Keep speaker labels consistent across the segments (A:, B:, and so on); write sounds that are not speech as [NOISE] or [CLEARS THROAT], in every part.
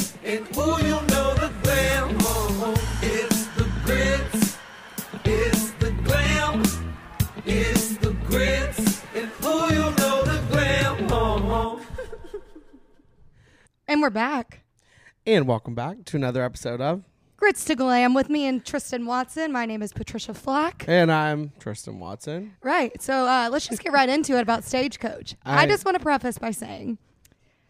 A: Ooh, you know the glam. It's the grits. It's the glam. It's the grits. And ooh, you know the glam.
B: And we're back.
C: And welcome back to another episode of,
B: Grits to Glam with me and Tristan Watson. My name is Patricia Flack.
C: and I'm Tristan Watson.
B: Right. So uh, let's just get right into it about Stagecoach. I,
C: I-
B: just want to preface by saying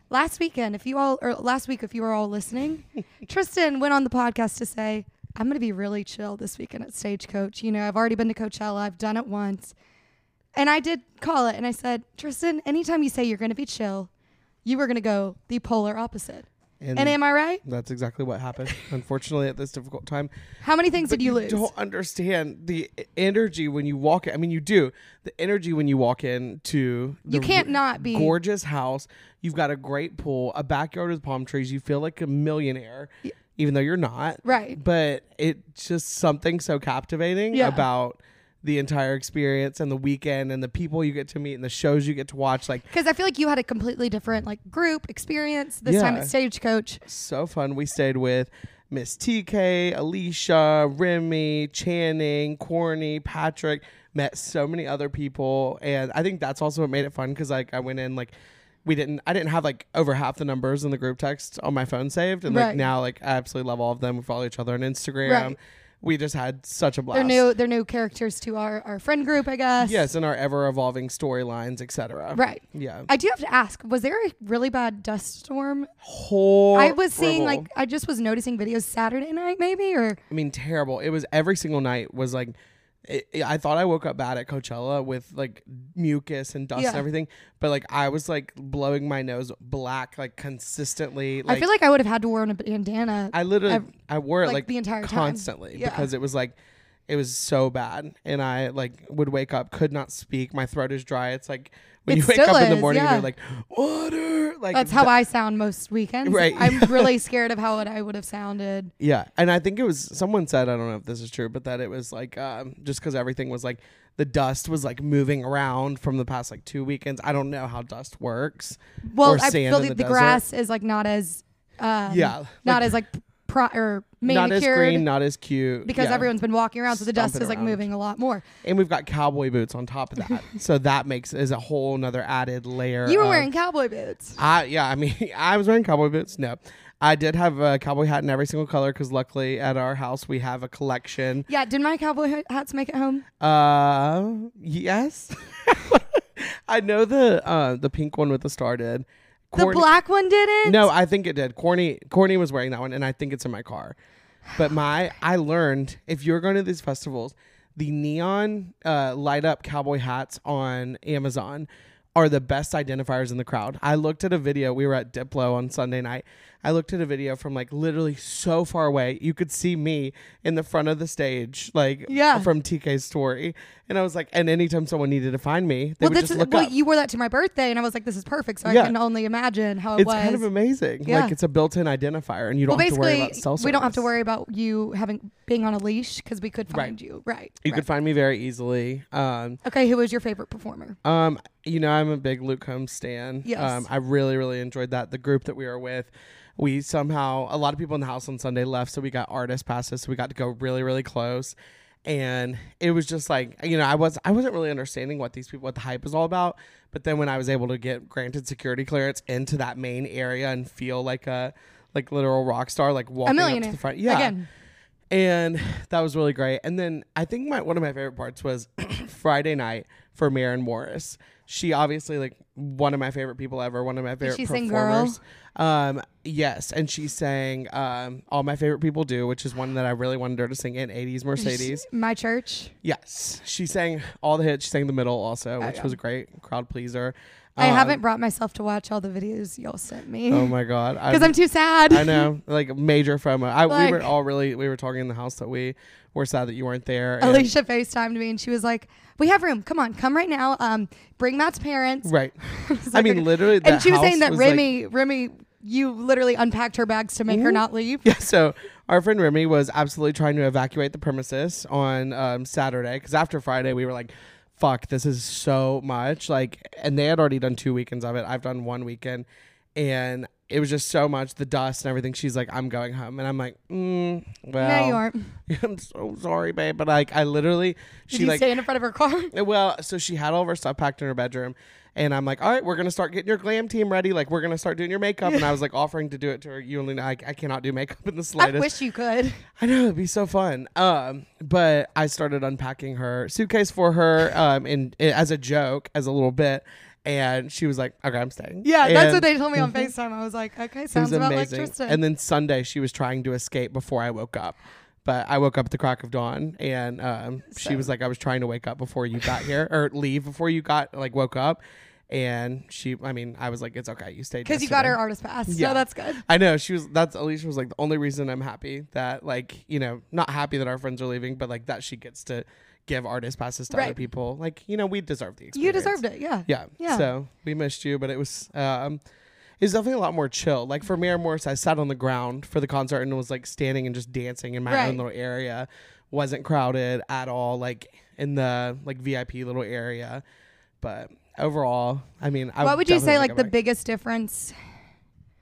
B: last weekend, if you all, or last week, if you were all
C: [LAUGHS]
B: listening, Tristan went on the podcast to say, I'm going to be really chill this weekend at Stagecoach. You know, I've already been to Coachella, I've done it once. And I did call it and I said, Tristan, anytime you say you're going to be chill, you are going to go the polar opposite. And am I right?
C: That's exactly what
B: [LAUGHS]
C: happened. Unfortunately, at this difficult time,
B: How many things
C: But
B: did you lose?
C: don't understand the energy when you walk in. I mean, you do. The energy when you walk in to the
B: You can't not be-
C: gorgeous house. You've got a great pool, a backyard with palm trees. You feel like a millionaire, even though you're not.
B: Right.
C: But it's just something so captivating
B: Yeah.
C: about the entire experience and the weekend and the people you get to meet and the shows you get to watch. Like,
B: Because I feel like you had a completely different like group experience this time
C: Yeah.
B: at Stagecoach.
C: so fun. We stayed with Miss TK, Alicia, Remy, Channing, Corny, Patrick. Met so many other people, and I think that's also what made it fun because like I went in like we didn't I didn't have like over half the numbers in the group text on my phone saved, and
B: Right.
C: like now like I absolutely love all of them. We follow each other on Instagram.
B: Right.
C: We just had such a blast.
B: They're new. They're new characters to our our friend group, I guess.
C: yes, and our ever evolving storylines, etc.
B: Right.
C: Yeah.
B: I do have to ask: Was there a really bad dust storm?
C: Horrible.
B: I was seeing like I just was noticing videos Saturday night, maybe or
C: I mean, terrible. It was every single night was like, it, it- I thought I woke up bad at Coachella with like mucus and dust and
B: Yeah.
C: everything, but like I was like blowing my nose black like consistently. Like,
B: I feel like I would have had to wear a bandana.
C: I literally
B: I've-
C: I wore it
B: like,
C: like,
B: the entire time.
C: constantly
B: Yeah.
C: because it was like it was so bad, and I like would wake up, could not speak, my throat is dry. It's like when
B: It
C: you wake
B: still
C: up in the
B: is,
C: morning,
B: yeah.
C: you're like water. Like
B: That's how I sound most weekends.
C: Right.
B: I'm
C: [LAUGHS]
B: really scared of how it, I would have sounded.
C: Yeah, and I think it was someone said I don't know if this is true, but that it was like um, just because everything was like the dust was like moving around from the past like two weekends. I don't know how dust works.
B: Well,
C: or
B: I
C: sand
B: feel
C: in
B: like the,
C: desert.
B: grass is like not as um,
C: Yeah,
B: not
C: like-
B: as like pro- or
C: not
B: manicured.
C: as green, not as cute.
B: because
C: yeah.
B: everyone's been walking around, so the dust
C: Stomping
B: is like
C: around.
B: moving a lot more.
C: and we've got cowboy boots on top of
B: [LAUGHS]
C: that, so that makes is a whole another added layer.
B: You were
C: of-
B: wearing cowboy boots.
C: I yeah, I mean, [LAUGHS] I was wearing cowboy boots. No, I did have a cowboy hat in every single color because luckily at our house we have a collection.
B: Yeah, did my cowboy ha- hats make it home?
C: Uh, yes. [LAUGHS] I know the uh the pink one with the star did.
B: The
C: Corny,
B: black one didn't.
C: No, I think it did. Corny Corny was wearing that one, and I think it's in my car. But my I learned if you're going to these festivals, the neon uh, light up cowboy hats on Amazon are the best identifiers in the crowd. I looked at a video. We were at Diplo on Sunday night. I looked at a video from like literally so far away. You could see me in the front of the stage, like
B: Yeah.
C: from TK's story. And I was like, and anytime someone needed to find me, they
B: well,
C: would
B: this
C: just
B: is,
C: look
B: well,
C: up.
B: you wore that to my birthday, and I was like, "This is perfect." So
C: Yeah.
B: I can only imagine how it
C: it's
B: was.
C: kind of amazing.
B: Yeah.
C: Like it's a built-in identifier, and you
B: well,
C: don't have to worry
B: basically,
C: about cell service.
B: we don't have to worry about you having being on a leash because we could
C: Right.
B: find you. Right.
C: You
B: right.
C: could find me very easily. Um,
B: Okay, who was your favorite performer?
C: um, you know, I'm a big Luke Combs stan.
B: Yes.
C: Um, I really, really enjoyed that. The group that we were with, we somehow a lot of people in the house on Sunday left, so we got artist passes, so we got to go really, really close. And it was just like you know, I was I wasn't really understanding what these people what the hype was all about. But then when I was able to get granted security clearance into that main area and feel like a like literal rock star, like walking up to
B: millionaire.
C: the front, yeah,
B: Again.
C: and [SIGHS] that was really great. And then I think my one of my favorite parts was [CLEARS THROAT] Friday night for Maren Morris. She obviously like one of my favorite people ever, one of my favorite
B: she sing Girl?
C: performers. Um, yes, and she sang um, "All My Favorite People Do," which is one that I really wanted her to sing in '80s Mercedes.
B: My church.
C: yes, she sang all the hits. She sang the middle also, which
B: yeah.
C: was great, crowd pleaser.
B: I
C: Um,
B: haven't brought myself to watch all the videos y'all sent me [LAUGHS]
C: Oh
B: because
C: my god, I-
B: I'm too sad.
C: I know, like major FOMO. I, we were
B: Like-
C: all really, we were talking in the house that we were sad that you weren't there. and-
B: Alicia FaceTimed me and she was like, "We have room. Come on, come right now. Um, bring Matt's parents. [LAUGHS]
C: Right. [LAUGHS]
B: was
C: I
B: like,
C: mean,
B: okay.
C: literally.
B: and she was saying that
C: house like-
B: Remy, Remy, you literally unpacked her bags to make her not leave.
C: [LAUGHS] yeah. So our friend Remy was absolutely trying to evacuate the premises on um, Saturday because after Friday we were like, "Fuck, this is so much." Like, and they had already done two weekends of it. I've done one weekend, and it was just so much the dust and everything. She's like, I'm going home, and I'm like, mm, well,
B: no, you aren't.
C: [LAUGHS] I'm so sorry, babe, but like I literally,
B: Did
C: she
B: you
C: like
B: stand in front of her
C: [LAUGHS]
B: car? [LAUGHS]
C: Eh, well, so she had all of her stuff packed in her bedroom, and I'm like, all right, we're gonna start getting your glam team ready. Like, we're gonna start doing your makeup, and I
B: [LAUGHS]
C: was like offering to do it to her. You only know I, I cannot do makeup in the
B: I
C: slightest.
B: wish you could.
C: I know it'd be so fun. Um, but I started unpacking her suitcase for her, um, and i- as a joke, as a little bit, and she was like, okay, I'm staying.
B: Yeah, that's what
C: And
B: they told
C: [LAUGHS]
B: me on FaceTime. I was like, okay,
C: It was
B: sounds about like
C: amazing.
B: Tristan.
C: and then Sunday, she was trying to escape before I woke up. But I woke up at the crack of dawn, and um, she
B: So-
C: was like, "I was trying to wake up before you got here, or [LAUGHS] leave before you got like woke up." And she, I mean, I was like, "It's okay, you stayed."
B: because you got
C: yesterday."
B: her artist pass,
C: Yeah.
B: so that's good.
C: I know she was. That's Alicia was like the only reason I'm happy that like you know not happy that our friends are leaving, but like that she gets to give artist passes to other
B: Right.
C: people. Like you know we deserve the experience.
B: You deserved it. Yeah.
C: Yeah.
B: Yeah.
C: So we missed you, but it was um, it was definitely a lot more chill. Like for Mira Morris, I sat on the ground for the concert and was like standing and just dancing in my own
B: Right.
C: little area. Wasn't crowded at all. Like in the like VIP little area, but overall, I mean, I
B: what would you say
C: definitely
B: like
C: go
B: the
C: back.
B: biggest difference?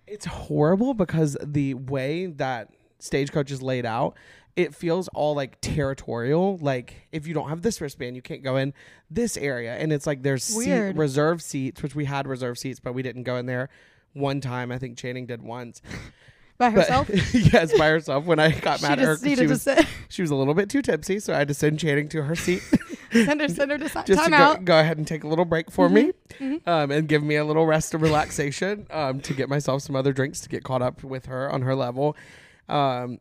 C: It's horrible because the way that stagecoach is laid out, it feels all like territorial. Like if you don't have this wristband, you can't go in this area. And it's like there's seat,
B: Weird.
C: reserved seats, which we had reserved seats, but we didn't go in there. One time, I think Channing did once.
B: By
C: But- [LAUGHS]
B: herself,
C: yes, by herself. When I got
B: she
C: mad at her,
B: just
C: 'cause
B: needed
C: she
B: to
C: was
B: sit. [LAUGHS]
C: she was a little bit too tipsy, so I had to send Channing to her seat
B: send her, send her to si-
C: [LAUGHS] just
B: time
C: to go,
B: out. Mm-hmm.
C: go ahead and take a little break for me Um, and give me a little rest and relaxation um, to get myself some other drinks to get caught up with her on her level. Um,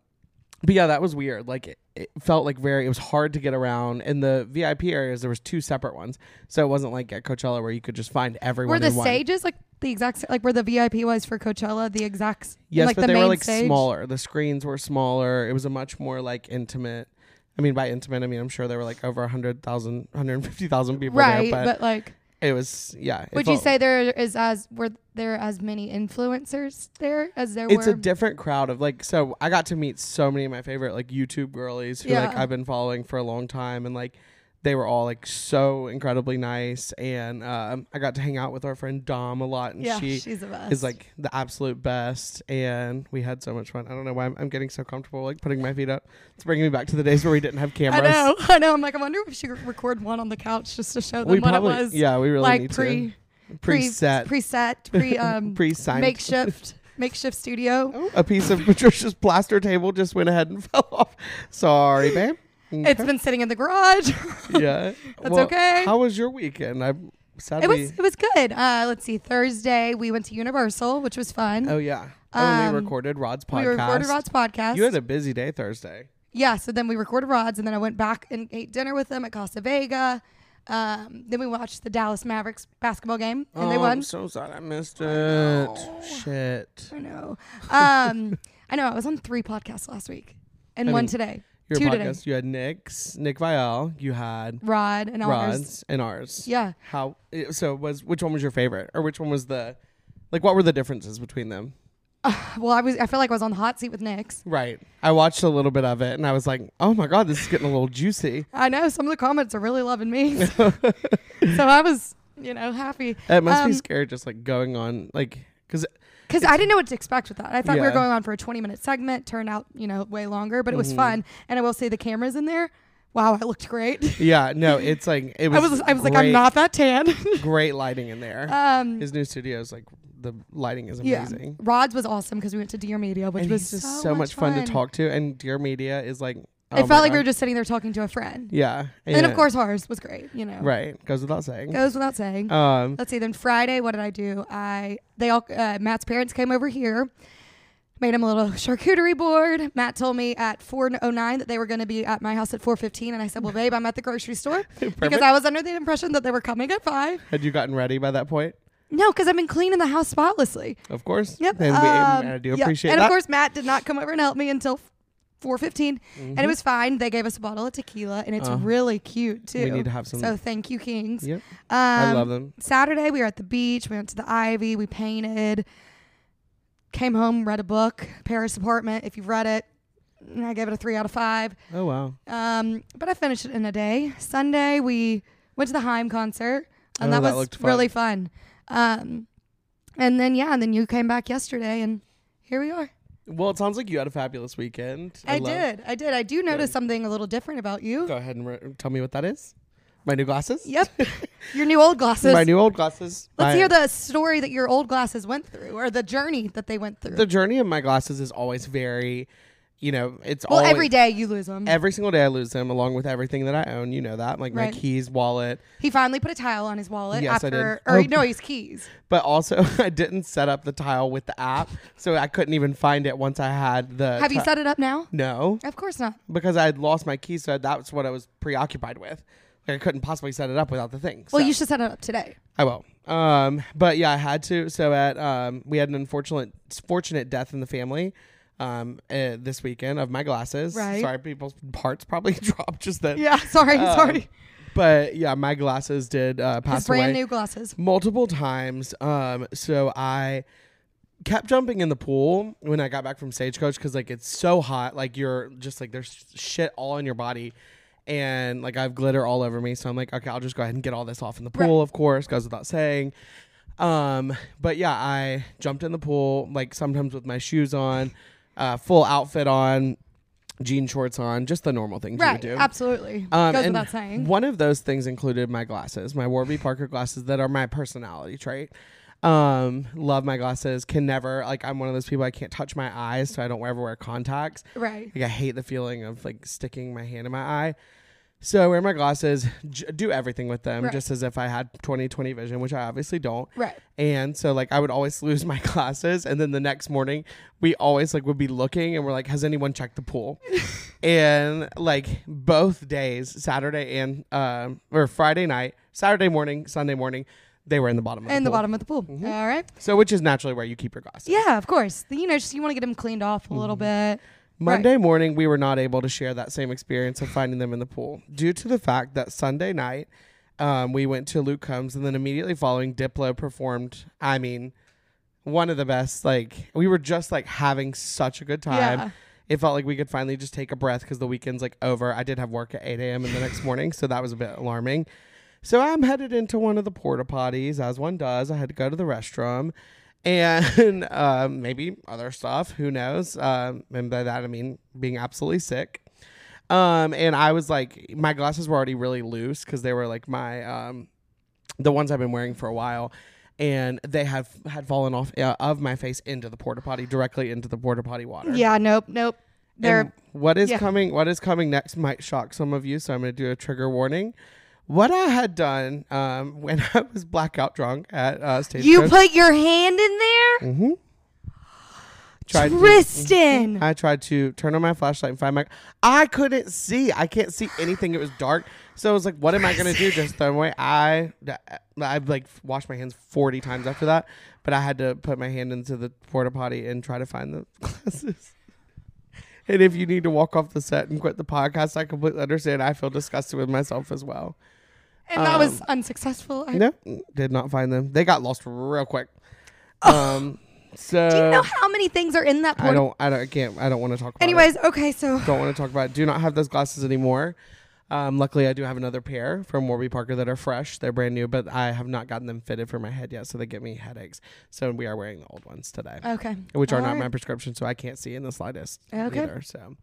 C: but yeah, that was weird. Like it, it felt like very, it was hard to get around. In the VIP areas, there was two separate ones. So it wasn't like at Coachella where you could just find everyone
B: Were the
C: in one.
B: stages like the exact sa- like where the VIP was for Coachella? The exact s-
C: Yes,
B: like
C: but
B: the
C: they
B: main
C: were like
B: stage?
C: smaller. The screens were smaller. It was a much more like intimate. I mean, by intimate, I mean, I'm sure there were like over 100,000, 150,000 people
B: right?
C: there, but,
B: but like,
C: it was, yeah. it
B: would you
C: felt-
B: say there is as were there as many influencers there as there
C: it's
B: were?
C: a different crowd of like so i got to meet so many of my favorite like youtube girlies who like
B: Yeah.
C: i've been following for a long time and like they were all like so incredibly nice and um, i got to hang out with our friend dom a lot and
B: yeah,
C: she
B: she's the best.
C: is like the absolute best and we had so much fun i don't know why i'm, I'm getting so comfortable like putting my feet up it's bringing me back to the days where we didn't have
B: [LAUGHS] I
C: cameras
B: know, I know. I'm like, I wonder if she could record one on the couch just to show them
C: we
B: what
C: probably
B: it was.
C: yeah we really
B: like
C: need
B: pre,
C: to
B: pre
C: preset
B: preset,
C: [LAUGHS]
B: pre um,
C: pre-signed
B: makeshift, makeshift
C: [LAUGHS]
B: studio.
C: Oh, a piece of patricia's plaster table just went ahead and [LAUGHS] fell off sorry babe
B: [LAUGHS] It's been sitting in the garage. [LAUGHS]
C: yeah.
B: That's okay.
C: How was your weekend? I
B: it
C: sadly.
B: was it was good. Uh, let's see. Thursday we went to Universal, which was fun.
C: oh yeah. Oh,
B: Um,
C: we recorded Rod's podcast.
B: we recorded Rod's podcast.
C: You had a busy day Thursday.
B: yeah, so then we recorded Rod's, and then I went back and ate dinner with them at Costa Vega. Um, then we watched the Dallas Mavericks basketball game, and they
C: Oh,
B: won.
C: I'm so sad I missed it. Shit.
B: I know. Um, [LAUGHS] I know. I was on three podcasts last week, and
C: I
B: one
C: mean,
B: today,
C: Your
B: two today.
C: podcast. You had Nick's, Nick Vial. You had
B: Rod and ours.
C: Rod's and ours.
B: Yeah.
C: How? eh, So was which one was your favorite, or which one was the, like, what were the differences between them?
B: Well, I was. I feel like I was on the hot seat with Nick's.
C: Right. I watched a little bit of it, and I was like, oh my god, this is getting a little juicy.
B: I know some of the comments are really loving me, [LAUGHS] so I was, you know, happy
C: It must be
B: Um,
C: scary, just like going on, like, because
B: because I didn't know what to expect with that. I thought we
C: Yeah.
B: were going on for a twenty-minute segment. Turned out, you know, way longer, but it
C: Mm-hmm.
B: was fun. And I will say the cameras in there. Wow, I looked great.
C: Yeah, no, it's like it
B: [LAUGHS] I
C: was.
B: was. I was like,
C: great-
B: I'm not that
C: [LAUGHS]
B: tan.
C: great lighting in there.
B: um,
C: His new studio is like the lighting is
B: yeah,
C: amazing.
B: Rod's was awesome because we went to Dear Media, which
C: And
B: was
C: he's just so, much fun, to talk to. And Dear Media is like, oh
B: it
C: my
B: felt like we
C: God.
B: were just sitting there talking to a friend.
C: yeah.
B: And then of course, ours was great. You know,
C: right goes without saying.
B: goes without saying.
C: um,
B: Let's see. Then Friday, what did I do? I they all uh, Matt's parents came over here, made him a little [LAUGHS] charcuterie board. Matt told me at four oh nine that they were going to be at my house at four fifteen, and I said, "Well, babe, I'm at the grocery store [LAUGHS] because I was under the impression that they were coming at five.
C: had you gotten ready by that point?
B: No, because I've been cleaning the house spotlesly.
C: Of course.
B: Yep.
C: And we,
B: um,
C: I do
B: yeah.
C: appreciate
B: And
C: that.
B: of course, Matt did not come over and help me until. 415 and it was fine they gave us a bottle of tequila and it's
C: Uh-huh.
B: really cute too
C: We need to have some-
B: so thank you kings
C: Yep.
B: um,
C: I love them.
B: Saturday, we were at the beach. We went to the Ivy. We painted. Came home, read a book, Paris Apartment. If you've read it, I gave it a three out of five.
C: Oh wow.
B: Um, but I finished it in a day. Sunday, we went to the Heim concert, and
C: Oh,
B: that,
C: that
B: was
C: looked fun.
B: really fun. Um, And then yeah, and then you came back yesterday, and here we are.
C: Well, it sounds like you had a fabulous weekend.
B: I,
C: love-
B: did, I did, I do notice something a little different about you.
C: Go ahead and re- tell me what that is. My new glasses.
B: Yep, your new old glasses.
C: [LAUGHS] My new old glasses.
B: Let's
C: My-
B: hear the story that your old glasses went through, or the journey that they went through.
C: The journey of my glasses is always very, you know, it's
B: well,
C: always,
B: every day you lose them.
C: every single day I lose them, along with everything that I own. You know that, like
B: Right.
C: my keys, wallet,
B: he finally put a tile on his wallet
C: Yes, I did.
B: after,
C: Oh.
B: or no, his
C: [LAUGHS]
B: keys.
C: but also I didn't set up the tile with the app, so I couldn't even find it once I had the.
B: Have you
C: ti-
B: set it up now?
C: No,
B: Of course not.
C: because I had lost my keys, so that's what I was preoccupied with. Like I couldn't possibly set it up without the thing.
B: Well,
C: so.
B: you should set it up today.
C: I will. Um, but yeah, I had to. So at um, we had an unfortunate, fortunate death in the family. Um, uh, this weekend of my glasses.
B: Right.
C: Sorry, people's parts probably [LAUGHS] dropped just then.
B: Yeah, [LAUGHS] sorry,
C: Um,
B: sorry.
C: But yeah, my glasses did uh,
B: His
C: pass away
B: brand new glasses.
C: multiple times. Um, so I kept jumping in the pool when I got back from Stagecoach because like it's so hot, like you're just like there's shit all in your body, and like I have glitter all over me. So I'm like, okay, I'll just go ahead and get all this off in the pool. Of course, goes without saying. Um, but yeah, I jumped in the pool like sometimes with my shoes on, uh, full outfit on, jean shorts on, just the normal things
B: Right,
C: you would do.
B: absolutely.
C: Um,
B: Goes
C: and
B: without saying.
C: One of those things included my glasses, my Warby Parker glasses that are my personality trait. Um, love my glasses. Can never like I'm one of those people I can't touch my eyes, so I don't ever wear contacts.
B: Right.
C: Like I hate the feeling of like sticking my hand in my eye. So I wear my glasses, j- do everything with them,
B: Right.
C: just as if I had 20/20 vision, which I obviously don't.
B: Right.
C: And so like I would always [LAUGHS] lose my glasses and then the next morning we always like would be looking and we're like, has anyone checked
B: [LAUGHS]
C: the pool? and like both days, Saturday and um or Friday night, Saturday morning, Sunday morning, they were in the bottom of
B: In
C: the,
B: the
C: pool. Mm-hmm.
B: bottom of the pool. All right.
C: So which is naturally where you keep your glasses.
B: Yeah, of course. You know, just you want to get them cleaned off a little
C: Mm-hmm.
B: bit.
C: Monday morning, we were not able to share that same experience of finding them in the pool due to the fact that Sunday night um, we went to Luke Combs and then immediately following Diplo performed. I mean, one of the best. Like we were just like having such a good time.
B: Yeah.
C: It felt like we could finally just take a breath because the weekend's like over. I did have work at 8 a.m. in the next morning, so that was a bit alarming. So I'm headed into one of the porta potties, as one does. I had to go to the restroom and [LAUGHS] um, maybe other stuff. Who knows? Um, and by that, I mean being absolutely sick. Um, and I was like, my glasses were already really loose because they were like my um, the ones I've been wearing for a while, and they have had fallen off uh, of my face into the porta potty directly into the porta potty water.
B: Yeah, nope, nope. They're
C: And what is
B: yeah.
C: coming? What is coming next might shock some of you, so I'm going to do a trigger warning. What I had done um, [LAUGHS] when I was blackout drunk at uh, stage
B: You put your hand in there?
C: Mm-hmm. tried to,
B: Tristan.
C: I tried to turn on my flashlight and find my. I couldn't see. I can't see anything. It was dark, so I was like, "What am I going to do?" Just throw them away. I I've like washed my hands 40 times after that, but I had to put my hand into the porta potty and try to find the [LAUGHS] glasses. And if you need to walk off the set and quit the podcast, I completely understand. I feel disgusted with myself as well. Mm-hmm.
B: and that
C: Um,
B: was unsuccessful. I,
C: No, did not find them. They got lost real quick. Um, so
B: Do you know how many things are in that
C: I
B: porta?
C: don't. I don't. I can't. I don't want to talk. About it.
B: Anyways, okay, so
C: don't want to talk about. it. Do not have those glasses anymore. Um, luckily, I do have another pair from Warby Parker that are fresh. They're brand new, but I have not gotten them fitted for my head yet, so they give me headaches. So we are wearing the old ones today,
B: okay,
C: which are not
B: Uh, Alright.
C: my prescription, so I can't see in the slightest
B: Okay.
C: either. So,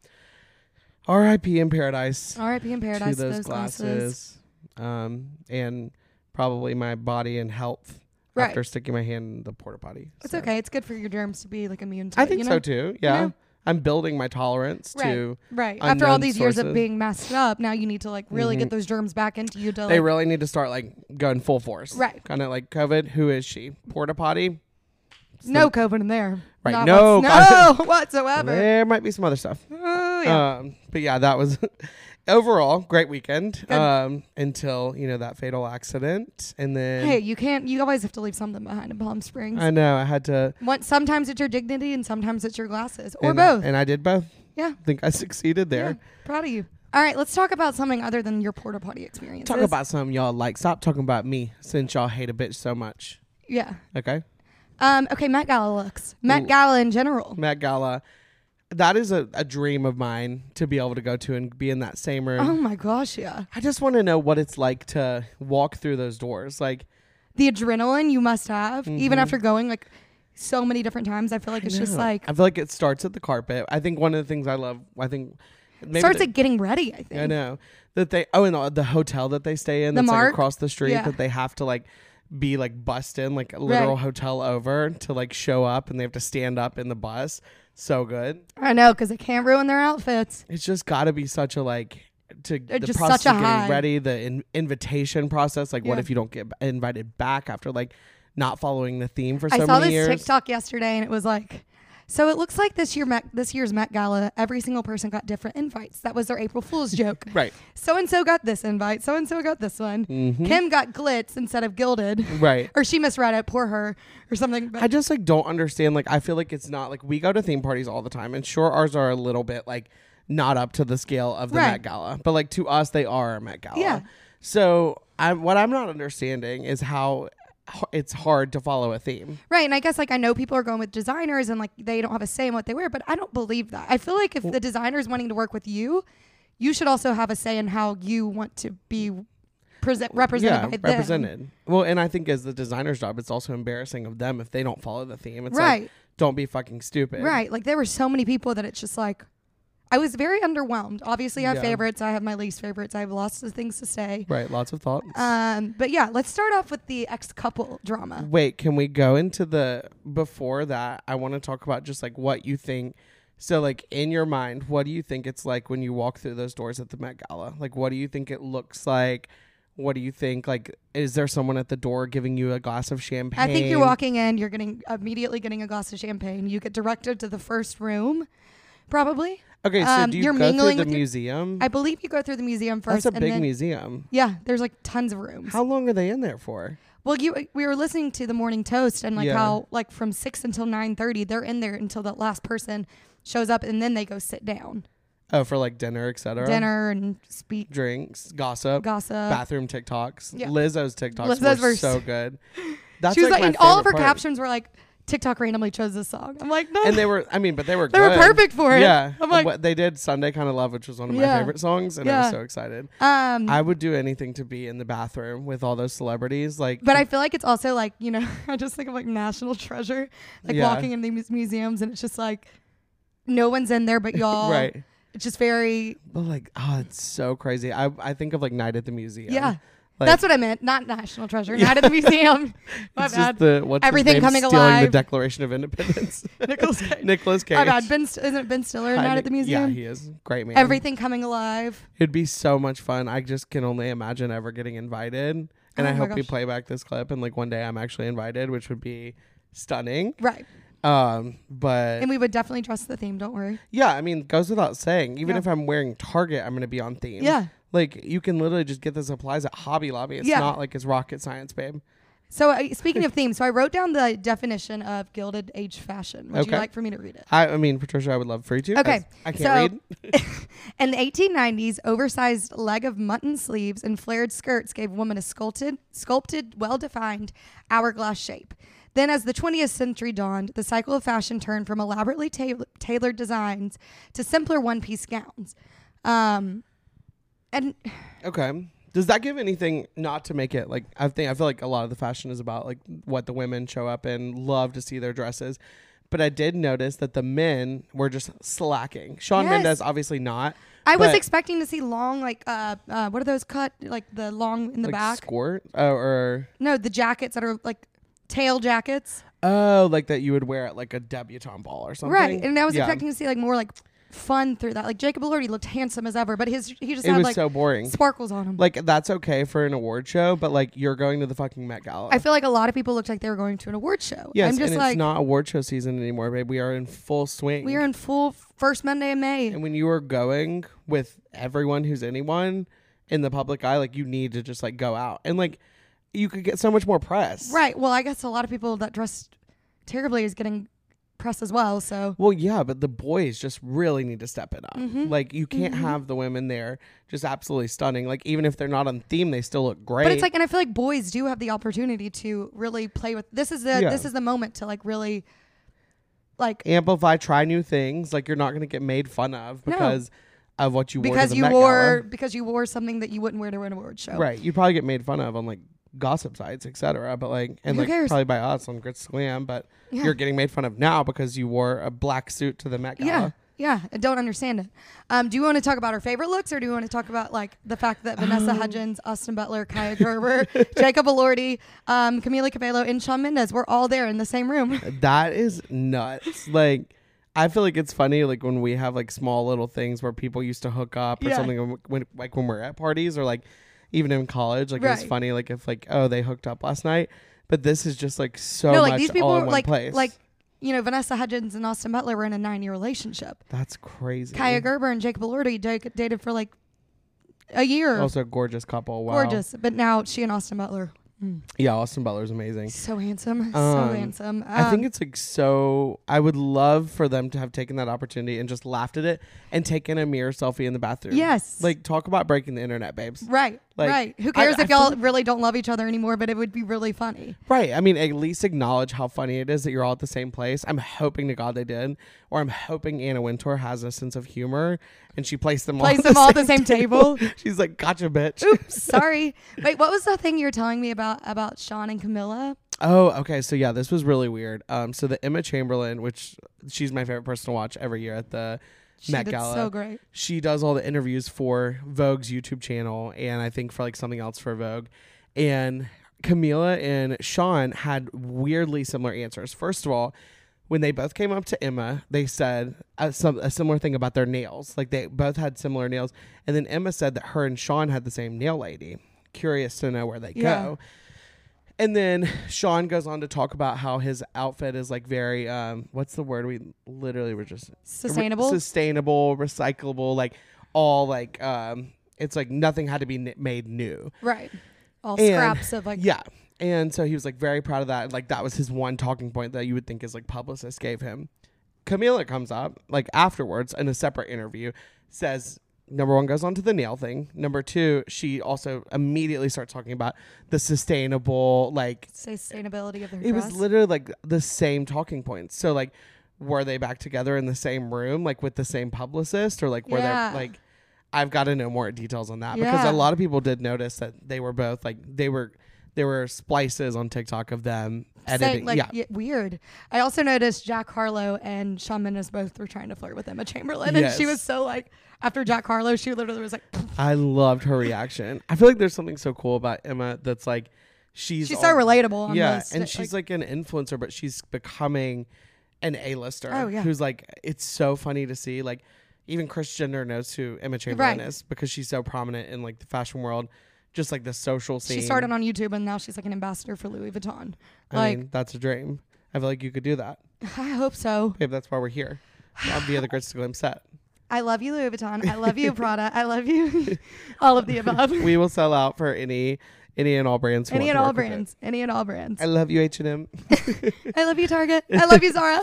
C: R.I.P. in paradise
B: R.I.P. in paradise.
C: to those,
B: glasses.
C: glasses, um, and probably my body and health
B: Right.
C: after sticking my hand in the porta potty.
B: It's
C: So-
B: okay. It's good for your germs to be like immune to.
C: I
B: it,
C: think
B: you know?
C: so too. Yeah,
B: know?
C: I'm building my tolerance
B: Right.
C: to.
B: Right. After all
C: unknown
B: these years of
C: sources. Mm-hmm.
B: being masked up, now you need to like really get those germs back into you. To, like,
C: They really need to start like going full force.
B: Right.
C: Kind of like COVID. Who is she? Porta potty.
B: no COVID in there.
C: Right,
B: Not
C: no
B: what's-
C: God.
B: no [LAUGHS] whatsoever.
C: There might be some other stuff.
B: Oh, yeah.
C: Um, but yeah, that was [LAUGHS] overall great weekend.
B: Good.
C: Um, until you know that fatal accident, and then
B: hey, you can't. You always have to leave something behind in Palm Springs.
C: I know I had to
B: One, sometimes it's your dignity, and sometimes it's your glasses, or
C: and I-
B: both.
C: and I did both.
B: yeah.
C: I think I [LAUGHS] succeeded there.
B: Yeah, proud of you. All right, let's talk about something other than your porta potty experience.
C: Talk about something y'all like. Stop talking about me since y'all hate a bitch so much.
B: yeah.
C: Okay.
B: Um, okay, Met Gala looks. Met
C: Ooh.
B: Gala in general.
C: Met Gala. That is a, a dream of mine to be able to go to and be in that same room.
B: Oh my gosh, yeah.
C: I just want to know what it's like to walk through those doors. Like,
B: the adrenaline you must have, even after going like so many different times. I feel like it's just
C: Yeah.
B: like
C: Mm-hmm. I feel like it starts at the carpet. I think one of the things I love, I think maybe
B: starts
C: the-
B: at getting ready. I
C: I
B: think.
C: know that they. Oh, and the, the hotel that they stay in,
B: The
C: that's
B: Mark?
C: like across the street,
B: Yeah.
C: that they have to like be like bussed in, like a literal
B: Right.
C: hotel over to like show up, and they have to stand up in the bus. So good.
B: I know because they can't ruin their outfits.
C: It's just got to be such a like to the
B: Uh, just
C: process
B: such a
C: of
B: high.
C: getting ready, the in- invitation process. Like, what
B: Yeah.
C: if you don't get invited back after like not following the theme for so
B: I saw
C: many
B: this
C: years?
B: TikTok yesterday, and it was like, so it looks like this year Met, this year's Met Gala, every single person got different invites. That was their April Fool's
C: [LAUGHS]
B: joke.
C: Right,
B: So and so got this invite. So and so got this one. Kim got glitz instead of gilded.
C: Mm-hmm. right.
B: Or she misread it, poor her, or something. But
C: I just like don't understand. Like I feel like it's not like we go to theme parties all the time, and sure ours are a little bit like not up to the scale of the
B: Right.
C: Met Gala, but like to us they are a Met Gala.
B: Yeah.
C: So I what I'm not understanding is how h- it's hard to follow a theme.
B: Right. And I guess like I know people are going with designers and like they don't have a say in what they wear, but I don't believe that. I feel like if the designer is wanting to work with you, you should also have a say in how you want to be present represented by
C: yeah,
B: them.
C: represented. Well, and I think as the designer's job, it's also embarrassing of them if they don't follow the theme. It's
B: Right.
C: like don't be fucking stupid.
B: Right. Like there were so many people that it's just like I was very underwhelmed. Obviously I have
C: Yeah.
B: favorites, I have my least favorites, I have lots of things to say.
C: Right. Lots of thoughts.
B: Um but yeah, let's start off with the ex couple drama.
C: Wait, can we go into the before that? I want to talk about just like what you think. So, like in your mind, what do you think it's like when you walk through those doors at the Met Gala? Like, what do you think it looks like? What do you think? Like, is there someone at the door giving you a glass of
B: I
C: champagne?
B: think you're walking in, you're getting immediately getting a glass of champagne. You get directed to the first room, probably.
C: Okay, so
B: um,
C: do you
B: you're
C: go
B: mingling
C: through
B: with
C: the
B: your-
C: museum?
B: I believe you go through the museum first.
C: That's a
B: and
C: big
B: then,
C: museum.
B: Yeah, there's like tons of rooms.
C: How long are they in there for?
B: well, you we were listening to the morning toast and like
C: Yeah.
B: how like from six until nine thirty they're in there until that last person shows up and then they go sit down,
C: Oh, for like dinner, etc.
B: dinner and speak,
C: drinks, gossip,
B: gossip.
C: bathroom TikToks.
B: Yeah.
C: Lizzo's TikToks
B: Lizzo's
C: were
B: were
C: so
B: s-
C: good.
B: [LAUGHS]
C: That's
B: she was like,
C: my
B: and all of her
C: favorite part.
B: captions were like, TikTok randomly chose this song. I'm like, no,
C: and they were i mean but they were
B: They were
C: good.
B: perfect for it.
C: yeah
B: I'm like-
C: What- they did sunday kind of love which was one of my
B: Yeah.
C: favorite songs and i
B: Yeah.
C: was so excited
B: um,
C: i would do anything to be in the bathroom with all those celebrities like
B: But I feel like it's also like, you know, [LAUGHS] I just think of like national treasure, like
C: Yeah.
B: walking in these museums and it's just like no one's in there
C: [LAUGHS]
B: but y'all.
C: Right.
B: It's just very,
C: but like oh it's so crazy i i think of like night at the museum
B: yeah.
C: like,
B: That's what I meant. Not national treasure. Not at the museum. My
C: [LAUGHS]
B: [LAUGHS]
C: it's just
B: bad.
C: the what's his
B: Everything
C: name,
B: coming
C: stealing
B: alive.
C: the declaration
B: [LAUGHS]
C: of independence [LAUGHS]
B: Nicholas Cage.
C: nicholas cage
B: My bad. Ben, St- isn't it Ben Stiller
C: I
B: not
C: think-
B: at the museum?
C: yeah he is great man
B: Everything coming alive.
C: it'd be so much fun i just can only imagine ever getting invited and
B: Oh
C: i
B: my
C: hope we
B: gosh.
C: play back this clip and like one day i'm actually invited which would be stunning
B: Right.
C: Um, but
B: And we would definitely dress the theme, don't worry.
C: yeah, I mean, goes without saying. Even
B: Yeah.
C: if I'm wearing Target, I'm gonna be on theme.
B: Yeah.
C: like you can literally just get the supplies at Hobby Lobby. It's
B: Yeah.
C: not like it's rocket science, babe.
B: So I,
C: [LAUGHS]
B: speaking of themes, so I wrote down the definition of gilded age fashion. Would you
C: Okay.
B: like for me to read it?
C: I, I mean, Patricia, I would love for you to.
B: Okay,
C: as I can't read.
B: In the 1890s, oversized leg of mutton sleeves and flared skirts gave women a sculpted, sculpted, well-defined hourglass shape. Then, as the 20th century dawned, the cycle of fashion turned from elaborately ta- tailored designs to simpler one-piece gowns. Um, and
C: Okay, does that give anything? Not to make it like I think I feel like a lot of the fashion is about like what the women show up in. Love to see their dresses. But I did notice that the men were just slacking. Sean
B: Yes.
C: Mendez obviously not.
B: I was
C: but,
B: expecting to see long, like, uh, uh, what are those cut? Like the long in the
C: like
B: back?
C: squirt oh, or
B: no, the jackets that are like tail jackets,
C: Oh, like that you would wear at like a debutante ball or something.
B: right? And I was
C: Yeah.
B: expecting to see like more like fun through that. Like Jacob Elordi looked handsome as ever, but his he just
C: it
B: had
C: was
B: like
C: so boring.
B: sparkles on him.
C: Like that's okay for an award show, but like you're going to the fucking Met Gala.
B: I feel like a lot of people looked like they were going to an award show.
C: yes,
B: I'm just
C: and
B: like
C: it's not award show season anymore, babe. We are in full swing.
B: we are in full first Monday in May.
C: and when you are going with everyone who's anyone in the public eye, like you need to just like go out and like you could get so much more press.
B: Right. Well, I guess a lot of people that dressed terribly is getting press as well. So
C: Well, yeah, but the boys just really need to step it up.
B: Mm-hmm.
C: Like you can't have the women there just absolutely stunning. Like even if they're not on theme, they still look great.
B: but it's like and I feel like boys do have the opportunity to really play with this is the
C: Yeah.
B: this is the moment to like really like
C: amplify, try new things. Like you're not going to get made fun of
B: No.
C: because of what you wore. to
B: because
C: the
B: you
C: Met
B: wore
C: Gala.
B: because you wore something that you wouldn't wear to an award show.
C: right. You probably get made fun of on like gossip sites, etc. But like, and
B: Who
C: like
B: cares?
C: probably by us on Grits Glam. But
B: Yeah.
C: you're getting made fun of now because you wore a black suit to the Met Gala.
B: Yeah. Yeah, I don't understand it. Um, do you want to talk about our favorite looks, or do you want to talk about like the fact that
C: Um.
B: Vanessa Hudgens, Austin Butler, Kaya
C: [LAUGHS]
B: Gerber, Jacob Elordi, um, Camila Cabello, and Shawn Mendes were all there in the same room?
C: That is nuts. Like, I feel like it's funny, like when we have like small little things where people used to hook up or
B: Yeah.
C: something, when, when- like when we're at parties or like even in college. Like it's
B: Right.
C: funny, like if like oh they hooked up last night, but this is just like [LAUGHS] so
B: no,
C: much
B: like these people
C: all in
B: were
C: one
B: like
C: place.
B: like you know Vanessa Hudgens and Austin Butler were in a nine-year relationship.
C: that's crazy.
B: Kaya Gerber and Jacob Elordi da- dated for like a year.
C: also a gorgeous couple. Oh, Wow.
B: Gorgeous, but now she and Austin Butler
C: Yeah, Austin Butler's amazing.
B: so handsome, so
C: Um,
B: handsome.
C: I think
B: Um,
C: it's like so. I would love for them to have taken that opportunity and just laughed at it and taken a mirror selfie in the bathroom.
B: Yes.
C: Like, talk about breaking the internet, babes.
B: Right,
C: Like,
B: right. Who
C: I-
B: cares
C: I
B: if y'all
C: feel-
B: really don't love each other anymore? But it would be really funny.
C: Right. I mean, at least acknowledge how funny it is that you're all at the same place. I'm hoping to God they did, or I'm hoping Anna Wintour has a sense of humor and she placed them
B: Place
C: all
B: them all at the same
C: [LAUGHS]
B: table.
C: She's like, "Gotcha, bitch."
B: Oops, sorry. Wait, what was the thing you were telling me about about Sean and Camilla?
C: Oh, okay. So yeah, this was really weird. Um, so the Emma Chamberlain, which she's my favorite person to watch every year at the
B: She
C: Met
B: did
C: Gala.
B: so great.
C: she does all the interviews for Vogue's YouTube channel and I think for like something else for Vogue. And Camila and Sean had weirdly similar answers. First of all, when they both came up to Emma, they said a, some, a similar thing about their nails. Like they both had similar nails. And then Emma said that her and Sean had the same nail lady. Curious to know where they
B: Yeah.
C: go. And then Sean goes on to talk about how his outfit is like very, um, what's the word we literally were just
B: Sustainable.
C: re- sustainable, recyclable, like all like um, it's like nothing had to be n- made new.
B: right. All
C: And-
B: scraps of like
C: Yeah, and so he was like very proud of that. and, Like that was his one talking point that you would think his like publicist gave him. Camila comes up like afterwards in a separate interview, says number one goes on to the nail thing. Number two, she also immediately starts talking about the sustainable like
B: sustainability of their
C: it
B: dress.
C: was literally like the same talking points. So like, were they back together in the same room, like with the same publicist, or like were
B: Yeah.
C: they like? I've got to know more details on that
B: Yeah.
C: because a lot of people did notice that they were both like they were there were splices on TikTok of them
B: Say,
C: editing.
B: like
C: yeah.
B: y- weird. I also noticed Jack Harlow and Shawn Mendes both were trying to flirt with Emma Chamberlain, and she
C: Yes.
B: was so like after Jack Harlow, she literally was like, [SNIFFS]
C: I loved her reaction. I feel like there's something so cool about Emma that's like she's
B: she's so
C: all-
B: relatable. Almost.
C: Yeah, and she's like, an influencer, but she's becoming an A-lister.
B: Oh, yeah.
C: Who's like, it's so funny to see. Like, even Chris Jenner knows who Emma Chamberlain
B: Right.
C: is because she's so prominent in like the fashion world, just like the social scene.
B: she started on YouTube, and now she's like an ambassador for Louis Vuitton.
C: I
B: Like,
C: mean, that's a dream. I feel like you could do that,
B: [LAUGHS] I hope so.
C: babe. That's why we're here. I'll be at the Grits to Glam set.
B: I love you, Louis Vuitton. I love you, Prada. I love you, [LAUGHS] all of the above.
C: We will sell out for any, any and all brands. who
B: any
C: want
B: and
C: to
B: all
C: work with it.
B: brands. Any and all brands. [LAUGHS]
C: I love you, H and M.
B: I love you, Target. I love you, Zara.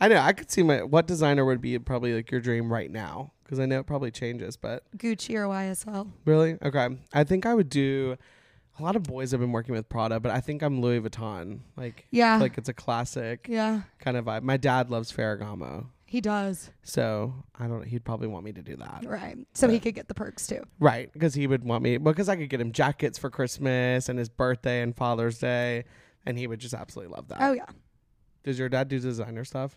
C: I know. I could see my what designer would be probably like your dream right now because I know it probably changes, but
B: [LAUGHS] Gucci or YSL.
C: Really? Okay. I think I would do. A lot of boys have been working with Prada, but I think I'm Louis Vuitton. Like,
B: Yeah.
C: like it's a classic
B: yeah,
C: kind of vibe. My dad loves Ferragamo,
B: he does.
C: so I don't. He'd probably want me to do that,
B: Right. So he could get the perks too.
C: right? Because he would want me because I could get him jackets for Christmas and his birthday and Father's Day, and he would just absolutely love that.
B: Oh, yeah.
C: Does your dad do designer stuff?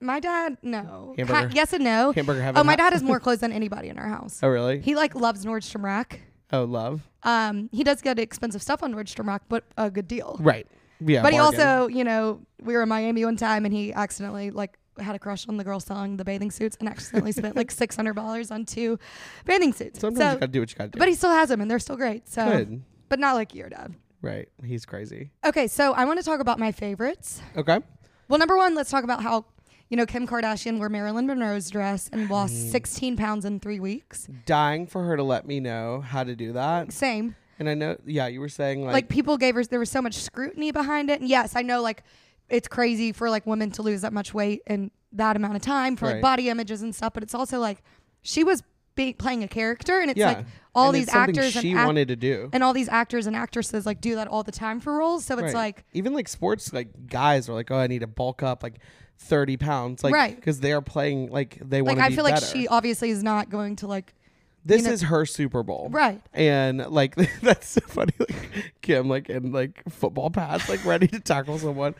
B: My dad, no. Ki-
C: Hamburger.
B: yes and no.
C: Hamburger heaven.
B: Oh, my
C: ha-
B: dad [LAUGHS] has more clothes than anybody in our house.
C: Oh, really?
B: He like loves Nordstrom Rack.
C: oh, love.
B: Um, he does get expensive stuff on Nordstrom Rack, but a good deal.
C: Right. Yeah.
B: but he
C: bargain.
B: also, you know, we were in Miami one time and he accidentally like had a crush on the girl selling the bathing suits and accidentally spent like [LAUGHS] six hundred dollars on two bathing suits.
C: sometimes
B: So-
C: you gotta do what you gotta do.
B: but he uh, still has them and they're still great. So,
C: good.
B: but not like your dad.
C: Right. He's crazy.
B: Okay, so I want to talk about my favorites.
C: Okay.
B: Well, number one, let's talk about how you know Kim Kardashian wore Marilyn Monroe's dress and
C: Mm.
B: lost sixteen pounds in three weeks.
C: dying for her to let me know how to do that.
B: Same.
C: And I know, yeah, you were saying like,
B: like people gave her there was so much scrutiny behind it and yes i know like it's crazy for like women to lose that much weight in that amount of time for like
C: Right.
B: body images and stuff but it's also like she was be- playing a character and it's
C: yeah,
B: like all
C: And
B: these
C: it's something
B: actors
C: she
B: and, act-
C: wanted to do.
B: and all these actors and actresses like do that all the time for roles so it's
C: Right.
B: like
C: even like sports, like guys are like, oh, I need to bulk up like thirty pounds, like
B: Right.
C: because they are playing like they want
B: like
C: to
B: i
C: be
B: feel like
C: better.
B: she obviously is not going to like
C: This
B: know-
C: is her Super Bowl.
B: Right.
C: And like [LAUGHS] that's so funny. Like Kim like in like football pads, like ready to tackle someone.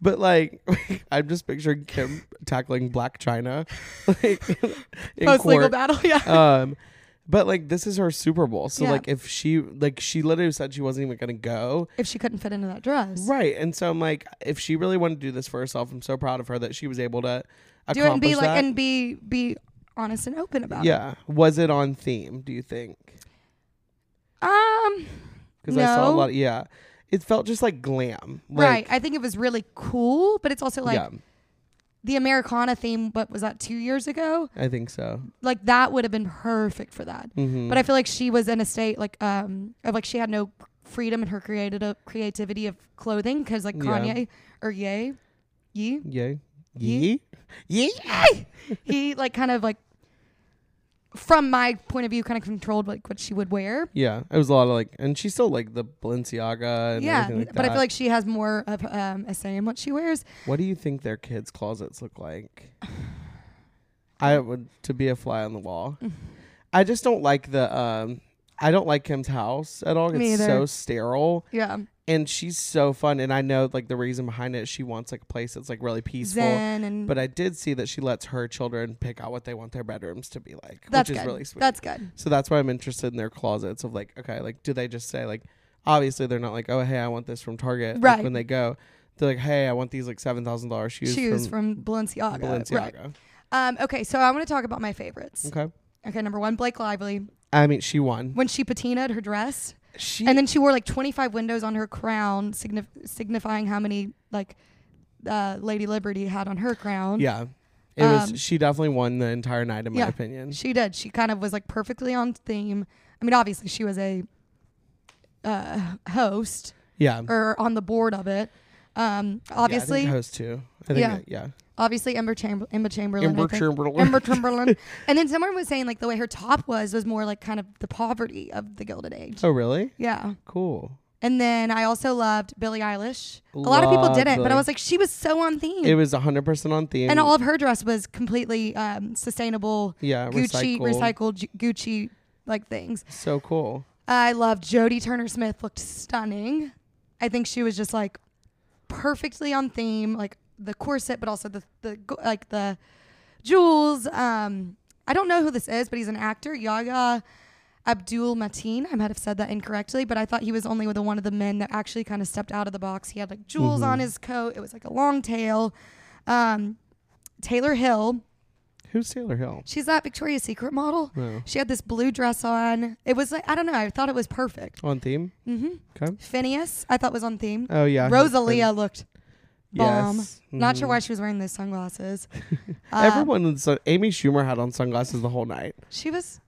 C: But like [LAUGHS] I'm just picturing Kim tackling Black China. [LAUGHS] Like in
B: Post legal
C: court.
B: battle. [LAUGHS] Yeah.
C: um but like this is her Super Bowl. So
B: Yeah.
C: like if she like she literally said she wasn't even gonna go.
B: if she couldn't fit into that dress.
C: Right. And so I'm like, if she really wanted to do this for herself, I'm so proud of her that she was able to
B: Do it and be
C: accomplish
B: like
C: that.
B: and be be honest and open about it.
C: yeah. Was it on theme, do you think?
B: Um
C: because I saw a
B: No.
C: lot. yeah, it felt just like glam.
B: right.
C: Like,
B: I think it was really cool, but it's also like
C: yeah,
B: the Americana theme, what was that, two years ago?
C: I think so.
B: Like that would have been perfect for that.
C: Mhm.
B: But I feel like she was in a state like um of like she had no freedom in her creative creativity of clothing because like
C: Yeah.
B: Kanye or Ye, Ye,
C: Yay.
B: Ye?
C: Yee. Yee.
B: he like kind of like from my point of view kind of controlled like what she would wear.
C: Yeah, it was a lot of like, and she's still like the Balenciaga and
B: yeah,
C: everything like
B: but I
C: that.
B: feel like she has more of um, a say in what she wears.
C: what do you think their kids' closets
B: [SIGHS]
C: look like? I would to be a fly on the wall.
B: Mm-hmm.
C: I just don't like the. um I don't like Kim's house at all.
B: Me
C: It's
B: either.
C: so sterile,
B: Yeah,
C: and she's so fun. And I know like the reason behind it. She wants like a place that's like really peaceful.
B: zen and
C: But I did see that she lets her children pick out what they want their bedrooms to be like,
B: that's
C: which
B: good.
C: is really sweet.
B: That's good.
C: so that's why I'm interested in their closets of like, okay, like do they just say like, obviously they're not like, oh hey, I want this from Target. like,
B: Right.
C: when they go, they're like, hey, I want these like seven thousand dollars shoes,
B: Shoes
C: from,
B: from, Balenciaga. Right.
C: Balenciaga.
B: Um, okay, so I want to talk about my favorites.
C: Okay.
B: Okay, number one, Blake Lively
C: I mean, she won.
B: when she patinaed her dress,
C: She
B: and then she wore like 25 windows on her crown, signif- signifying how many like uh, Lady Liberty had on her crown.
C: yeah, it
B: Um,
C: was. She definitely won the entire night, in my
B: yeah.
C: opinion.
B: She did. She kind of was like perfectly on theme. I mean, obviously she was a uh, host
C: yeah.
B: or on the board of it. Um, obviously,
C: yeah, I think host too. I think
B: Yeah.
C: it- yeah.
B: obviously Ember, Chamber- Emma Chamberlain.
C: Amber
B: I think.
C: Chamberlain.
B: Ember Chamberlain.
C: [LAUGHS]
B: and then someone was saying like the way her top was was more like kind of the poverty of the Gilded Age.
C: Oh really?
B: Yeah.
C: Cool.
B: And then I also loved Billie Eilish. A lot of people
C: Love
B: didn't, but I
C: Billie.
B: was like, she was so on theme.
C: It was hundred percent on theme.
B: Hmm. and all of her dress was completely um, sustainable,
C: yeah,
B: Gucci,
C: recycled.
B: recycled G- Gucci like things.
C: So cool.
B: I loved Jodie Turner Smith looked stunning. I think she was just like perfectly on theme, like the corset, but also the the go- like the jewels. Um, I don't know who this is, but he's an actor, Yaga Abdul Mateen. I might have said that incorrectly, but I thought he was only the one of the men that actually kind of stepped out of the box. He had like jewels on his coat. It was like a long tail. Um, Taylor Hill.
C: Who's Taylor Hill?
B: She's that Victoria's Secret model.
C: Oh.
B: She had this blue dress on. It was like I don't know. I thought it was perfect.
C: On theme? Mm-hmm. Okay.
B: Phineas, I thought was on theme.
C: Oh yeah.
B: Rosalia looked bomb.
C: Yes.
B: Not sure why she was wearing those sunglasses.
C: [LAUGHS]
B: Uh,
C: Mm-hmm. Everyone in sun- Amy Schumer had on sunglasses the whole night.
B: She was.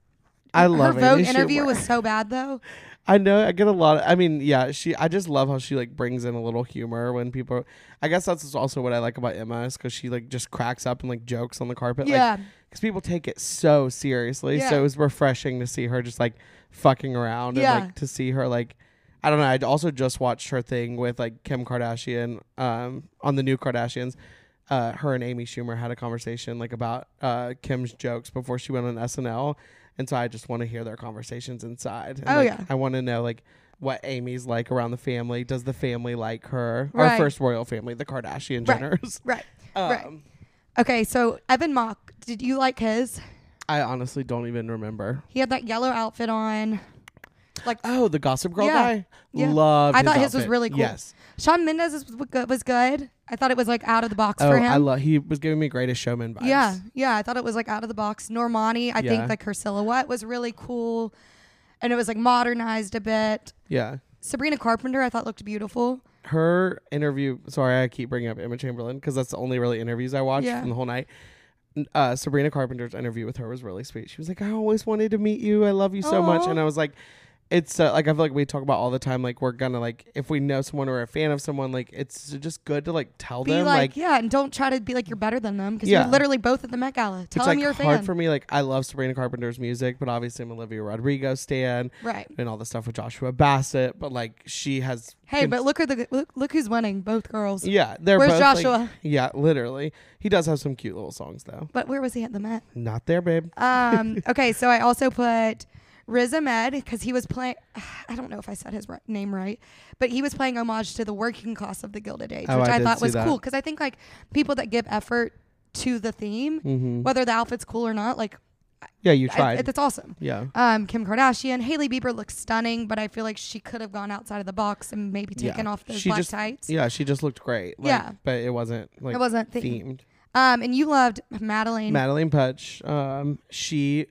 C: I love
B: her Vogue
C: Amy
B: interview
C: Schumer.
B: was so bad though.
C: I know. I get a lot. Of, I mean, yeah. She. I just love how she like brings in a little humor when people. I guess that's also what I like about Emma is because she like just cracks up and [LAUGHS] like jokes on the carpet.
B: Yeah.
C: Because people take it so seriously, so
B: Yeah.
C: it was refreshing to see her just like fucking around
B: Yeah.
C: and like to see her like. I don't know. I also just watched her thing with like Kim Kardashian um, on the new Kardashians. Uh, her and Amy Schumer had a conversation like about uh, Kim's jokes before she went on SNL, and so I just want to hear their conversations inside. And,
B: Oh,
C: like,
B: yeah.
C: I want to know like what Amy's like around the family. Does the family like her?
B: Right.
C: Our first royal family, the Kardashian
B: Right.
C: Jenners.
B: Right. right.
C: Um,
B: Okay, so Evan Mock, did you like his?
C: I honestly don't even remember.
B: He had that yellow outfit on. Like
C: Oh, the Gossip Girl
B: Yeah.
C: guy.
B: Yeah.
C: Love.
B: I thought his was
C: outfit.
B: really cool.
C: Yes.
B: Sean Mendez was good, was good. I thought it was like out of the box
C: Oh,
B: for him.
C: I love. He was giving me greatest showman vibes.
B: Yeah, yeah. I thought it was like out of the box. Normani, I
C: Yeah.
B: think like her silhouette was really cool, and it was like modernized a bit.
C: Yeah.
B: Sabrina Carpenter, I thought looked beautiful.
C: Her interview. Sorry, I keep bringing up Emma Chamberlain because that's the only really interviews I watched
B: Yeah.
C: from the whole night. N- Uh, Sabrina Carpenter's interview with her was really sweet. She was like, "I always wanted to meet you. I love you so much,"
B: Aw.
C: and I was like, it's uh, like I feel like we talk about all the time. Like we're gonna like if we know someone or a fan of someone, like it's just good to like tell
B: Be
C: them.
B: like, yeah, and don't try to be like you're better than them because
C: Yeah.
B: you're literally both at the Met Gala. Tell
C: it's
B: them
C: like
B: you're a
C: hard
B: fan.
C: for me. Like I love Sabrina Carpenter's music, but obviously I'm Olivia Rodrigo stan
B: right.
C: and all the stuff with Joshua Bassett. But like she has.
B: Hey,
C: been-
B: but look at the look, look who's winning, both girls.
C: yeah, they're
B: Where's
C: both, like-
B: Joshua?
C: yeah, literally. He does have some cute little songs though.
B: But where was he at the Met?
C: Not there, babe.
B: Um,
C: [LAUGHS]
B: okay, so I also put Riz Ahmed because he was playing. [SIGHS] I don't know if I said his ri- name right, but he was playing homage to the working class of the Gilded Age,
C: Oh,
B: which
C: I
B: I,
C: did
B: thought
C: see
B: was
C: that.
B: cool because I think like people that give effort to the theme,
C: Mhm.
B: whether the outfit's cool or not, like
C: Yeah, you
B: I,
C: tried.
B: it, it's awesome.
C: yeah.
B: Um, Kim Kardashian, Hailey Bieber looks stunning, but I feel like she could have gone outside of the box and maybe
C: Yeah.
B: taken off those
C: She
B: black
C: just-
B: tights.
C: Yeah, she just looked great. Like,
B: Yeah.
C: but it wasn't like
B: it wasn't themed.
C: themed.
B: Um, and you loved Madeline.
C: Madeline Putch. Um, she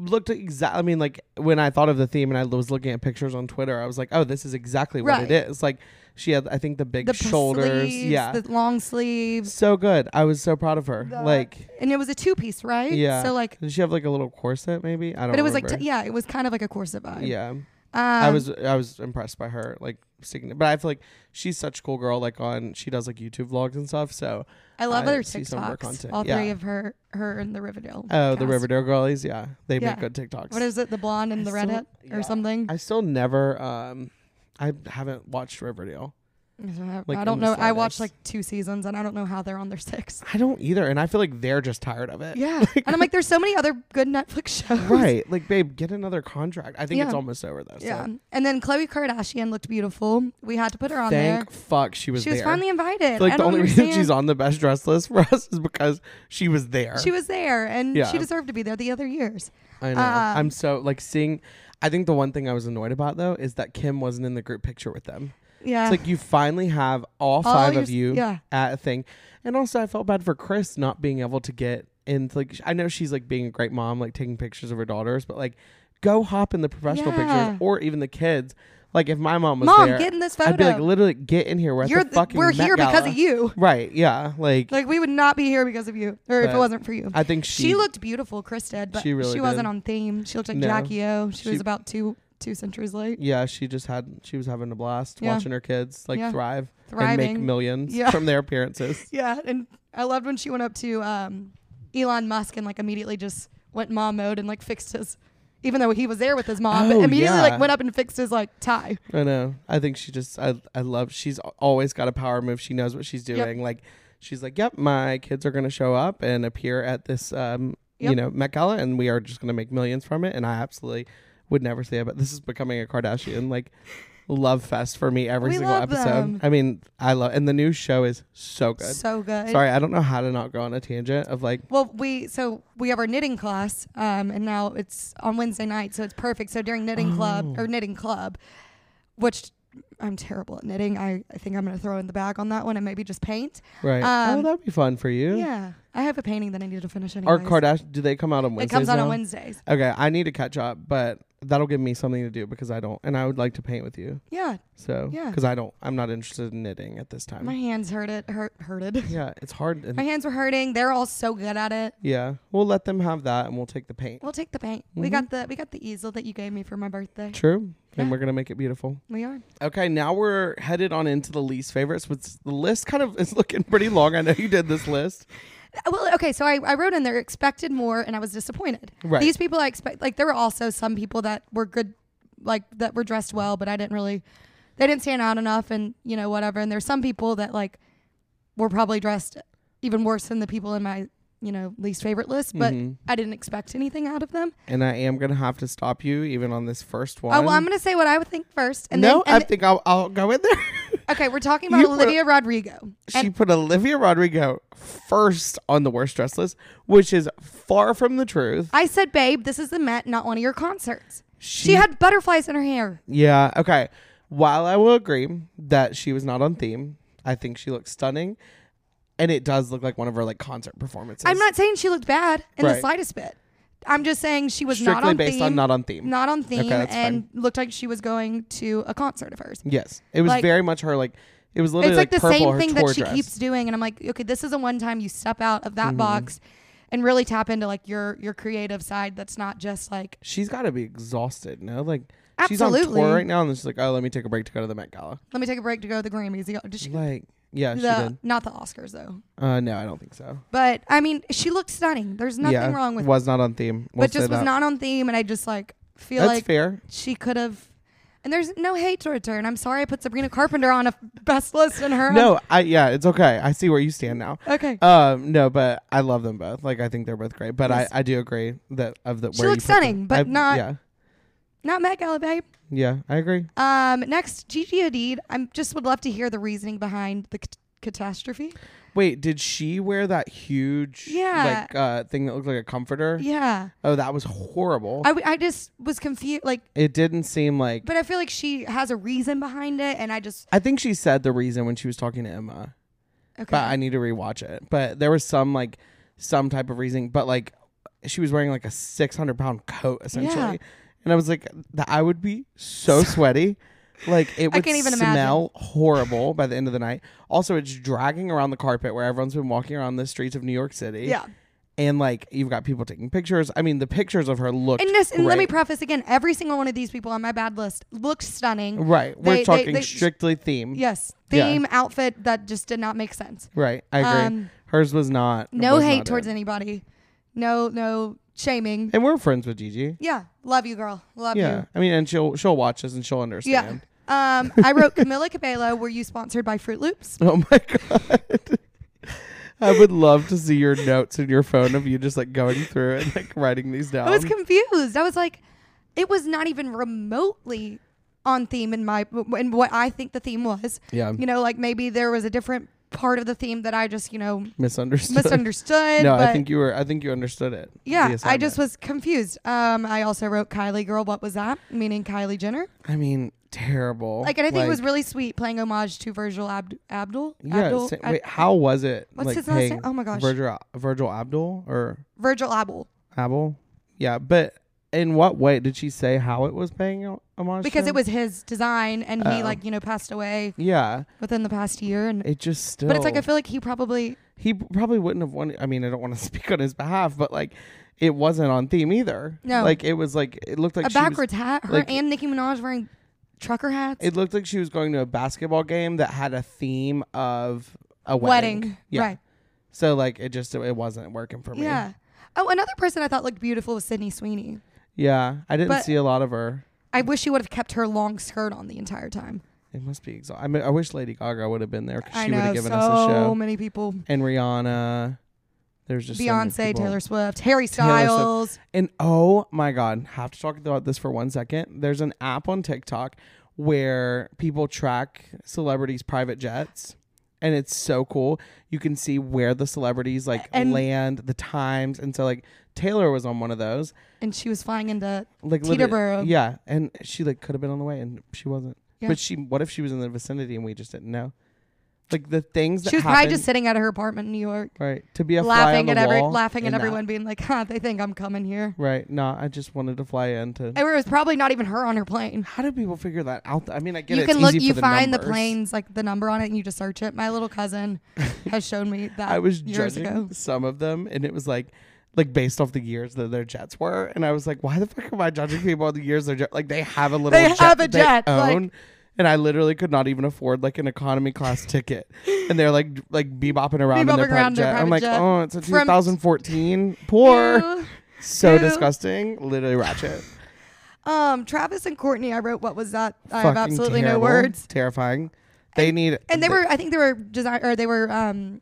C: looked exactly. I mean, like when I thought of the theme and I was looking at pictures on Twitter, I was like, "Oh, this is exactly what
B: Right.
C: it is." Like she had, I think, the big
B: the p-
C: shoulders.
B: sleeves,
C: yeah,
B: the long sleeves,
C: so good. I was so proud of her.
B: The-
C: like,
B: and it was a two piece, right?
C: yeah.
B: So like,
C: did she have like a little corset? Maybe I don't.
B: but it was like,
C: remember.
B: t- yeah, it was kind of like a corset vibe.
C: yeah.
B: Um,
C: I was I was impressed by her like sticking. But I feel like she's such a cool girl. Like on she does like YouTube vlogs and stuff. So
B: I love
C: I
B: her
C: see some of her
B: TikToks.
C: content,
B: All three
C: yeah.
B: of her, her and the Riverdale.
C: oh, the
B: cast.
C: Riverdale girlies, yeah, they
B: Yeah.
C: make good TikToks.
B: What is it? The blonde and
C: I
B: the
C: still-
B: redhead
C: yeah.
B: or something?
C: I still never um I haven't watched Riverdale.
B: I,
C: like,
B: I
C: in
B: don't
C: the
B: know. I watched like
C: slightest.
B: two seasons, and I don't know how they're on their
C: [LAUGHS]
B: sixth.
C: I don't either and I feel like they're just tired of it.
B: Yeah, and I'm like, there's so many other good Netflix shows.
C: Right. [LAUGHS] Like babe, get another contract. I think it's
B: Yeah.
C: almost over though. so.
B: Yeah. And then Chloe Kardashian looked beautiful. We had to put her on there.
C: Thank fuck she was
B: she was
C: there.
B: finally invited.
C: like
B: I
C: the
B: don't
C: only
B: understand.
C: reason she's on the best dress list [LAUGHS] for us is because she was there.
B: She was there, and
C: Yeah.
B: she deserved to be there the other years.
C: I know.
B: um,
C: I'm so like seeing I think the one thing I was annoyed about though is that Kim wasn't in the group picture with them.
B: Yeah.
C: It's like you finally have all
B: All
C: five
B: your
C: of
B: s-
C: you
B: yeah.
C: at a thing. And also I felt bad for Chris not being able to get in like sh- I know she's like being a great mom, like taking pictures of her daughters, but like go hop in the professional
B: Yeah.
C: pictures or even the kids. Like if my mom was
B: Mom,
C: there,
B: get in this photo.
C: I'd be like literally get in here. We're at
B: You're
C: the
B: the-
C: fucking
B: we're
C: Met
B: here because
C: Gala."
B: of you.
C: Right, yeah. Like,
B: Like we would not be here because of you, or if
C: But
B: it wasn't for you.
C: I think she,
B: she, looked beautiful, Chris did, but
C: she
B: she,
C: really did.
B: wasn't on theme. She looked like
C: No.
B: Jackie O. She,
C: She-
B: was about two two centuries late.
C: yeah, she just had she was having a blast
B: Yeah.
C: watching her kids like
B: Yeah.
C: thrive and make
B: Thriving.
C: millions
B: Yeah.
C: from
B: [LAUGHS]
C: their appearances.
B: Yeah, and I loved when she went up to um, Elon Musk and like immediately just went mom mode and like fixed his, even though he was there with his mom,
C: Oh,
B: but immediately
C: yeah.
B: like went up and fixed his like tie.
C: I know. I think she just I I love she's al- always got a power move. She knows what she's doing.
B: Yep.
C: Like she's like, "Yep, my kids are going to show up and appear at this um, you
B: Yep.
C: know, Met Gala and we are just going to make millions from it." And I absolutely would never say it, but this is becoming a Kardashian like love fest for me every
B: We
C: single
B: love
C: episode.
B: them.
C: I mean, I love and the new show is so good.
B: So good.
C: Sorry, I don't know how to not go on a tangent of like
B: Well, we so we have our knitting class, um, and now it's on Wednesday night, so it's perfect. So during knitting club
C: Oh.
B: or knitting club, which I'm terrible at knitting. I, I think I'm gonna throw in the bag on that one and maybe just paint.
C: right. oh,
B: Um,
C: that'd be fun for you.
B: Yeah, I have a painting that I need to finish. Anyways.
C: Or Kardashian, do they come out on
B: It
C: Wednesdays?
B: comes out on
C: now?
B: Wednesdays.
C: Okay, I need to catch up, but that'll give me something to do because I don't, and I would like to paint with you.
B: Yeah,
C: So,
B: Yeah.
C: because I don't, I'm not interested in knitting at this time.
B: my hands hurt it hurt hurted.
C: yeah, it's hard.
B: My
C: And,
B: hands were hurting. They're all so good at it.
C: yeah, we'll let them have that, and we'll take the paint.
B: We'll take the paint. We
C: Mhm.
B: got the we got the easel that you gave me for my birthday.
C: True, and
B: Yeah.
C: we're gonna make it beautiful.
B: We are.
C: Okay, now we're headed on into the least favorites. Which the list kind of [LAUGHS] is looking pretty long. I know you did this list.
B: Uh, Well, okay, so I, I wrote in there expected more and I was disappointed.
C: Right.
B: These people I expect like there were also some people that were good like that were dressed well, but I didn't really they didn't stand out enough and you know, whatever. And there's some people that like were probably dressed even worse than the people in my, you know, least favorite list, but
C: Mhm.
B: I didn't expect anything out of them.
C: and I am gonna have to stop you even on this first one.
B: Oh well I'm gonna say what I would think first and
C: no,
B: then and
C: I think I'll, I'll go in there. [LAUGHS]
B: Okay, we're talking about
C: You put-
B: Olivia Rodrigo.
C: she
B: And
C: put Olivia Rodrigo first on the worst dress list, which is far from the truth.
B: I said, babe, this is the Met, not one of your concerts.
C: She,
B: She had butterflies in her hair.
C: yeah, okay. While I will agree that she was not on theme, I think she looks stunning, and it does look like one of her like concert performances.
B: I'm not saying she looked bad in
C: Right.
B: the slightest bit. I'm just saying she was
C: strictly
B: not on
C: based
B: theme,
C: on not on theme.
B: not on theme,
C: Okay, that's
B: and looked like she was going to a concert of hers.
C: yes, it was
B: Like-
C: very much her like. It was literally
B: it's like, the
C: purple
B: same
C: her
B: thing that
C: tour
B: she
C: dress.
B: keeps doing, and I'm like, okay, this is a one time you step out of
C: Mm-hmm.
B: that box and really tap into like your your creative side. That's not just like
C: She's got to be exhausted. No, like She's on
B: Absolutely.
C: tour right now, and then she's like, "Oh, let me take a break to go to the Met Gala."
B: Let me take a break to go to the Grammys. Did she,
C: Like, yeah, she
B: the,
C: did.
B: not the Oscars though.
C: Uh, no, I don't think so.
B: But I mean, she looked stunning. There's nothing
C: yeah,
B: wrong with
C: was not on theme. We'll
B: but just
C: say
B: was
C: that.
B: not on theme and I just like feel
C: That's
B: like
C: fair.
B: she could have and there's no hate towards her and I'm sorry I put Sabrina Carpenter on a [LAUGHS] best list and her
C: No, I yeah, it's okay. I see where you stand now.
B: on, okay.
C: Um, no, but I love them both. Like, I think they're both great. But
B: Yes.
C: I, I do agree that of the
B: She
C: where you
B: looks
C: put them.
B: stunning, but
C: I-
B: not-
C: Yeah,
B: Not Met Gala babe.
C: yeah, I agree.
B: Um next Gigi Hadid. I'm just would love to hear the reasoning behind the cat- catastrophe.
C: Wait, did she wear that huge
B: Yeah.
C: like uh thing that looked like a comforter?
B: Yeah.
C: Oh, that was horrible.
B: I, w- I just was confused like
C: it didn't seem like
B: but I feel like she has a reason behind it and I just
C: I think she said the reason when she was talking to Emma.
B: okay.
C: But I need to rewatch it. But there was some like some type of reason, but like she was wearing like a six hundred pound coat essentially.
B: Yeah.
C: And I was like, th- I would be so sweaty. Like it would
B: can't even imagine.
C: smell horrible by the end of the night. Also, it's dragging around the carpet where everyone's been walking around the streets of New York City.
B: yeah.
C: and like you've got people taking pictures. I mean, the pictures of her look.
B: And this, and let me
C: great.
B: preface again: every single one of these people on my bad list looked stunning.
C: right. We're
B: They- they-
C: talking
B: they-
C: strictly theme.
B: Yes,
C: Um, Yeah.
B: theme, outfit that just did not make sense.
C: Right. I agree.
B: Um,
C: Hers was not.
B: No
C: was
B: hate
C: not
B: towards
C: it.
B: anybody. No, no shaming.
C: And we're friends with Gigi.
B: yeah, love you, girl. Love
C: Yeah. I mean, and she'll she'll watch us and she'll
B: you. Yeah.
C: understand. [LAUGHS]
B: Um, I wrote Camila Cabello. Were you sponsored by Fruit Loops?
C: Oh my god. I would love to see your notes in your phone of you just like going through it, like writing these down.
B: I was confused. I was like, it was not even remotely on theme in my in what I think the theme was.
C: yeah.
B: You know, like maybe there was a different part of the theme that I just you
C: [LAUGHS]
B: know
C: misunderstood.
B: misunderstood.
C: no,
B: but
C: I think you were. I think you understood it.
B: Yeah,
C: the
B: I just
C: assignment.
B: was confused. Um, I also wrote Kylie Girl, what was that? Meaning Kylie Jenner.
C: I mean, terrible.
B: Like, and I think it was
C: Like,
B: really sweet playing homage to Virgil Abd- Abdul.
C: Yeah.
B: Abdul,
C: sa-
B: Ab-
C: wait, how was it?
B: What's
C: like,
B: his last name?
C: paying
B: Oh my gosh.
C: Virgil, Virgil Abdul or
B: Virgil Abdul.
C: Abel? Yeah, but in what way did she say how it was paying ho- homage? to
B: Because it
C: him?
B: was his design and he,
C: Oh.
B: like, you know, passed away
C: Yeah,
B: within the past year. And
C: it just still.
B: But it's like, I feel like he probably.
C: he p- probably wouldn't have won. I mean, I don't want to [LAUGHS] speak on his behalf, but like, it wasn't on theme either.
B: No.
C: like it was like it looked like
B: a
C: she was-
B: backwards hat. Her
C: like-
B: and Nicki Minaj wearing trucker hats.
C: it looked like she was going to a basketball game that had a theme of a
B: wedding.
C: wedding. Yeah.
B: Right.
C: So like it just it wasn't working for me.
B: Yeah. Oh, another person I thought looked beautiful was Sydney Sweeney.
C: Yeah. I didn't
B: But-
C: see a lot of her.
B: I wish she would have kept her long skirt on the entire time.
C: It must be exhausting. I, mean, I wish Lady Gaga would have been there because
B: I
C: she would
B: know
C: have given
B: so
C: us a show.
B: many people.
C: And Rihanna. There's just so many
B: Beyonce,
C: people.
B: Taylor Swift, Harry
C: Taylor Swift.
B: Styles.
C: And oh my God, have to talk about this for one second. There's an app on TikTok where people track celebrities' private jets. And it's so cool. You can see where the celebrities like
B: And-
C: land, the times. And so like Taylor was on one of those.
B: and she was flying into
C: Like literally-
B: Teterboro.
C: Yeah. And she like could have been on the way and she wasn't.
B: Yeah.
C: But she what if she was in the vicinity and we just didn't know? Like the things that
B: she was probably
C: happen-
B: just sitting at her apartment in New York,
C: Right. To be a
B: laughing
C: fly on
B: at
C: the
B: every
C: wall
B: laughing at
C: in that.
B: everyone, being like, "Huh, they think I'm coming here."
C: Right. No, I just wanted to fly in to.
B: And it was probably not even her on her plane.
C: How do people figure that out? I mean, I get
B: You
C: it's
B: can look,
C: easy
B: you
C: for the
B: find the
C: numbers.
B: planes like the number on it, and you just search it. My little
C: [LAUGHS]
B: cousin has shown me that
C: I was
B: years
C: judging
B: ago.
C: some of them, and it was like, like based off the years that their jets were, and I was like, why the fuck am I judging people on the years they're jet? like they have a little
B: They
C: jet
B: have a
C: that they
B: jet, like-
C: own. and I literally could not even afford like an economy class ticket, and they're like like bebopping around in their
B: Bebopping
C: private
B: around in their
C: jet. I'm
B: private
C: like,
B: jet.
C: oh, it's a
B: From- [LAUGHS]
C: 2014 poor,
B: Ew.
C: so
B: Ew.
C: disgusting, literally ratchet.
B: Um, Travis and Courtney, I wrote, "What was that?" I have
C: Fucking
B: absolutely
C: terrible,
B: no words.
C: Terrifying. They need
B: And they were, I think they were design or they were um,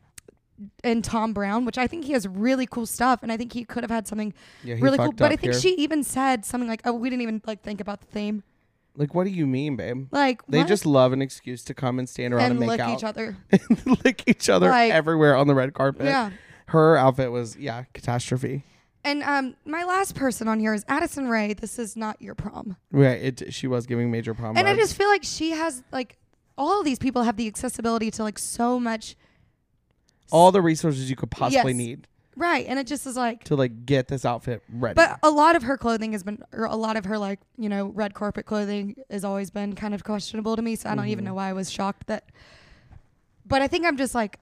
B: in Tom Brown, which I think he has really cool stuff, and I think he could have had something
C: yeah, he
B: really cool.
C: fucked
B: But I
C: up
B: think
C: here.
B: she even said something like, "Oh, we didn't even like think about the theme."
C: Like, what do you mean, babe?
B: Like
C: They
B: what?
C: just love an excuse to come and stand around and,
B: and
C: make
B: lick
C: out,
B: each other.
C: [LAUGHS] and lick each other
B: Like-
C: everywhere on the red carpet.
B: yeah.
C: Her outfit was yeah catastrophe.
B: And um, my last person on here is Addison Ray. This is not your prom.
C: Right, it she was giving major problems.
B: And I just feel like she has like all of these people have the accessibility to like so much,
C: all the resources you could possibly
B: Yes.
C: need
B: right? And it just is like,
C: to like get this outfit ready.
B: but a lot of her clothing has been, or a lot of her like you know red carpet clothing has always been kind of questionable to me. So I don't
C: Mm-hmm.
B: even know why I was shocked that. But I think I'm just like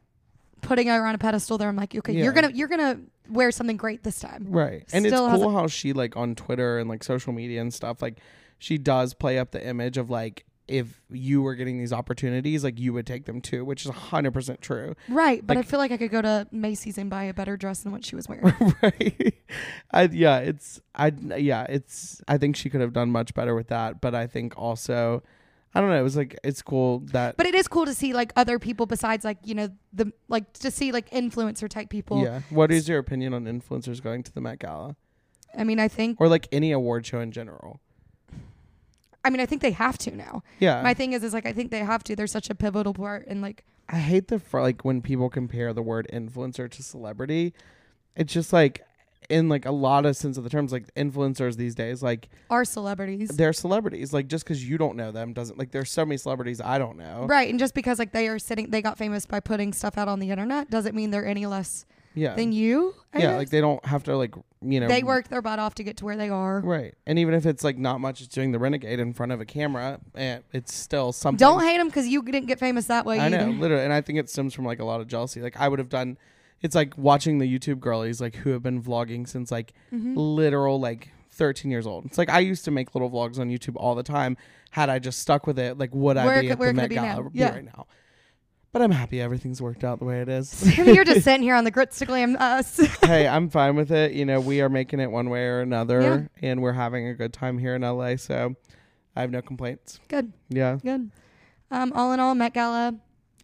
B: putting her on a pedestal. There, I'm like, okay,
C: Yeah.
B: you're gonna you're gonna wear something great this time.
C: right, and it's
B: still has
C: cool how she like on Twitter and like social media and stuff like she does play up the image of like if you were getting these opportunities, like you would take them too, which is hundred percent true.
B: Right, but
C: Like-
B: I feel like I could go to Macy's and buy a better dress than what she was wearing.
C: [LAUGHS] right? I, yeah, it's I yeah, it's I think she could have done much better with that, but I think also I don't know, it was like it's cool that
B: but it is cool to see like other people besides like you know the like to see like influencer type people.
C: yeah. What is your opinion on influencers going to the Met Gala
B: I mean, I think
C: or like any award show in general?
B: I mean I think they have to now.
C: Yeah.
B: My thing is is like I think they have to. They're such a pivotal part and like
C: I hate the fr- like when people compare the word influencer to celebrity. It's just like in like a lot of sense of the terms like influencers these days like
B: our celebrities.
C: they're celebrities like just because you don't know them doesn't like there's so many celebrities i don't know
B: Right, and just because like they are sitting, they got famous by putting stuff out on the internet doesn't mean they're any less
C: yeah
B: than you. I
C: yeah
B: guess.
C: like they don't have to like you know
B: they worked their butt off to get to where they are.
C: Right. And even if it's like not much, it's doing the renegade in front of a camera, and it's still something.
B: Don't hate them because you didn't get famous that way
C: I
B: either.
C: know,
B: [LAUGHS]
C: literally. And I think it stems from like a lot of jealousy. Like I would have done. It's like watching the YouTube girlies like who have been vlogging since like
B: Mm-hmm.
C: literal like 13 years old. It's like I used to make little vlogs on YouTube all the time. Had I just stuck with it, like would
B: Where
C: I be
B: could-
C: at
B: where
C: the
B: could
C: Met
B: it be
C: Gala
B: now?
C: be
B: Yeah.
C: right now? But I'm happy everything's worked out the way it is.
B: You're just sitting here on the grits to glam us. [LAUGHS]
C: hey, I'm fine with it. You know, we are making it one way or another, and we're having a good time here in LA. So I have no complaints.
B: good,
C: Yeah,
B: good. Um, all in all, Met Gala,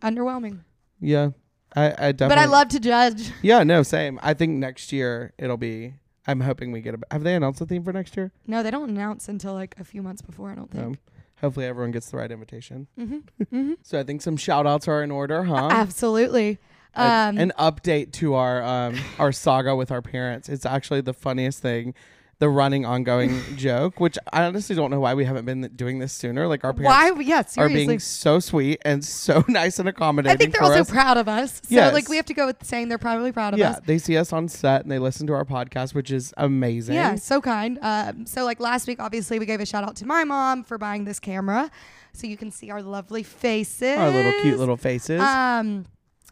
B: underwhelming.
C: yeah. I, I definitely.
B: But I love to judge.
C: Yeah, no, same. I think next year it'll be. I'm hoping we get a. Have they announced the theme for next year?
B: No, they don't announce until like a few months before. I don't think.
C: Um, hopefully everyone gets the right invitation.
B: hmm
C: [LAUGHS]
B: hmm
C: So I think some shout outs are in order, huh?
B: Absolutely.
C: A-
B: Um,
C: an update to our um our saga with our parents. It's actually the funniest thing. The running
B: [LAUGHS]
C: ongoing joke, which I honestly don't know why we haven't been doing this sooner. Like our parents
B: why? Yeah,
C: are
B: seriously.
C: being so sweet and so [LAUGHS] nice and accommodating.
B: I think they're
C: for
B: also
C: us.
B: proud of us. So
C: Yes.
B: like we have to go with saying they're probably proud of
C: yeah,
B: us.
C: they see us on set and they listen to our podcast, which is amazing.
B: Yeah, so kind. Um, so like last week, obviously we gave a shout out to my mom for buying this camera, so you can see our lovely faces,
C: our little cute little faces.
B: Um,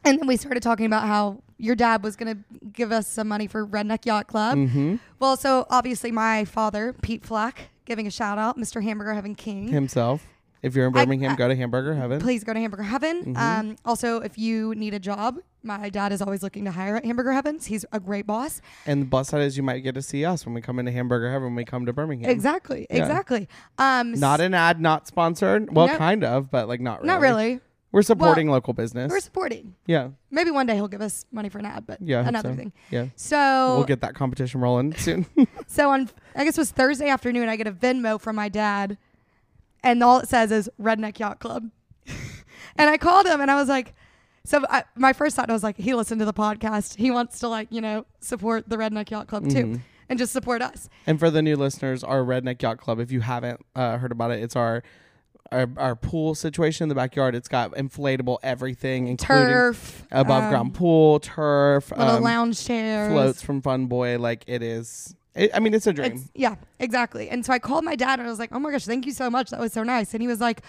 B: and then we started talking about how your dad was gonna give us some money for Redneck Yacht Club.
C: hmm
B: Well, so obviously my father, Pete Flack, giving a shout out, Mr. Hamburger Heaven King.
C: Himself. If you're in
B: I-
C: Birmingham,
B: I-
C: go to Hamburger
B: [LAUGHS]
C: Heaven.
B: Please go to Hamburger Heaven.
C: Mm-hmm.
B: Um, also, if you need a job, my dad is always looking to hire at Hamburger Heavens. He's a great boss.
C: And the plus side is you might get to see us when we come into Hamburger Heaven when we come to Birmingham.
B: Exactly,
C: Yeah.
B: exactly. Um,
C: Not
B: s-
C: an ad, not sponsored. Well,
B: No.
C: kind of, but like not really.
B: not really.
C: We're supporting local business.
B: We're supporting.
C: yeah,
B: Maybe one day he'll give us money for an ad, but
C: yeah. I hope
B: another
C: so.
B: thing.
C: Yeah,
B: So
C: we'll get that competition rolling soon.
B: so on I guess it was Thursday afternoon I get a Venmo from my dad and all it says is Redneck Yacht Club. [LAUGHS] and I called him and I was like so I, my first thought was like he listened to the podcast. He wants to like, you know, support the Redneck Yacht Club too
C: Mm-hmm.
B: and just support us.
C: And for the new listeners, our Redneck Yacht Club, if you haven't uh, heard about it, it's our, our our pool situation in the backyard. It's got inflatable everything, including
B: Turf,
C: above
B: um,
C: ground pool, turf,
B: little
C: um,
B: lounge chairs,
C: floats from Fun Boy. Like it is. It, I mean, it's a dream.
B: It's- yeah, exactly. And so I called my dad and I was like, "Oh my gosh, thank you so much. That was so nice." And he was like,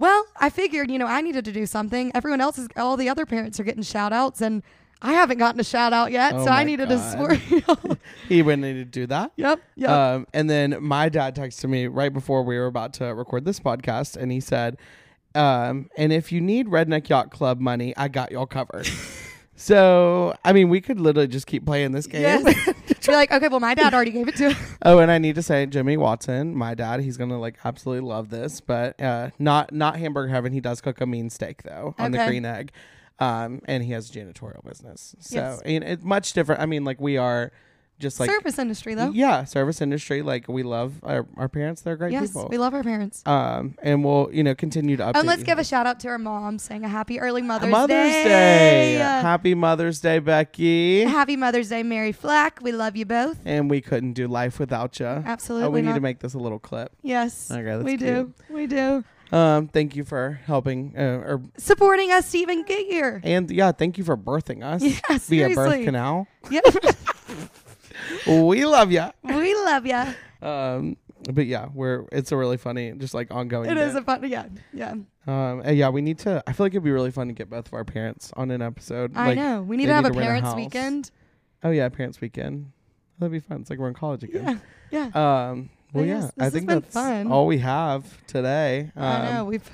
B: "Well, I figured, you know, I needed to do something. Everyone else is all the other parents are getting shout outs and I haven't gotten a shout out yet,
C: Oh
B: so I
C: my
B: needed [LAUGHS]
C: God.
B: to support."
C: [LAUGHS] he would need to do that.
B: yep, yep. [LAUGHS]
C: Um, and then my dad texted me right before we were about to record this podcast, and he said, um, "And if you need Redneck Yacht Club money, I got
B: [LAUGHS]
C: y'all covered." so, I mean, we could literally just keep playing this [LAUGHS] game.
B: yes. You're like, "Okay, well, my dad already gave it to." him."
C: Oh, and I need to say, Jimmy Watson, my dad, he's gonna like absolutely love this, but uh, not not hamburger heaven. He does cook a mean steak though on the
B: Okay.
C: green egg, um, and he has a janitorial business. So
B: Yes.
C: and it's much different. I mean, like we are just like
B: Service industry though.
C: yeah, service industry. Like we love our, our parents; they're great
B: yes,
C: people.
B: we love our parents.
C: um, and we'll you know continue to update.
B: and let's
C: you.
B: give a shout out to our mom saying a happy early Mother's,
C: Mother's Day.
B: Day.
C: Happy Mother's Day, Becky.
B: happy Mother's Day, Mary Flack. We love you both.
C: and we couldn't do life without you.
B: Absolutely
C: Oh, we need
B: not.
C: to make this a little clip.
B: Yes.
C: Okay, that's
B: we do. We do.
C: Um, thank you for helping, uh, or
B: Supporting us to even get here.
C: And yeah, thank you for birthing
B: [LAUGHS]
C: us [LAUGHS]
B: Yeah,
C: via birth
B: seriously.
C: canal. [LAUGHS]
B: Yep.
C: We love ya.
B: we love you.
C: Um, but yeah, we're it's a really funny, just like ongoing.
B: It is a
C: bit.
B: fun. Yeah. Yeah.
C: um, and yeah, we need to. I feel like it'd be really fun to get both of our parents on an episode.
B: I
C: like,
B: know. We need
C: they
B: to have a
C: rent
B: parents'
C: house.
B: weekend.
C: Oh yeah, parents weekend. That'd be fun. It's like we're in college again.
B: Yeah. Yeah.
C: Um, Well, yeah,
B: Yes, this
C: I
B: has
C: think
B: been
C: that's
B: fun.
C: all we have today.
B: I know
C: Um,
B: we've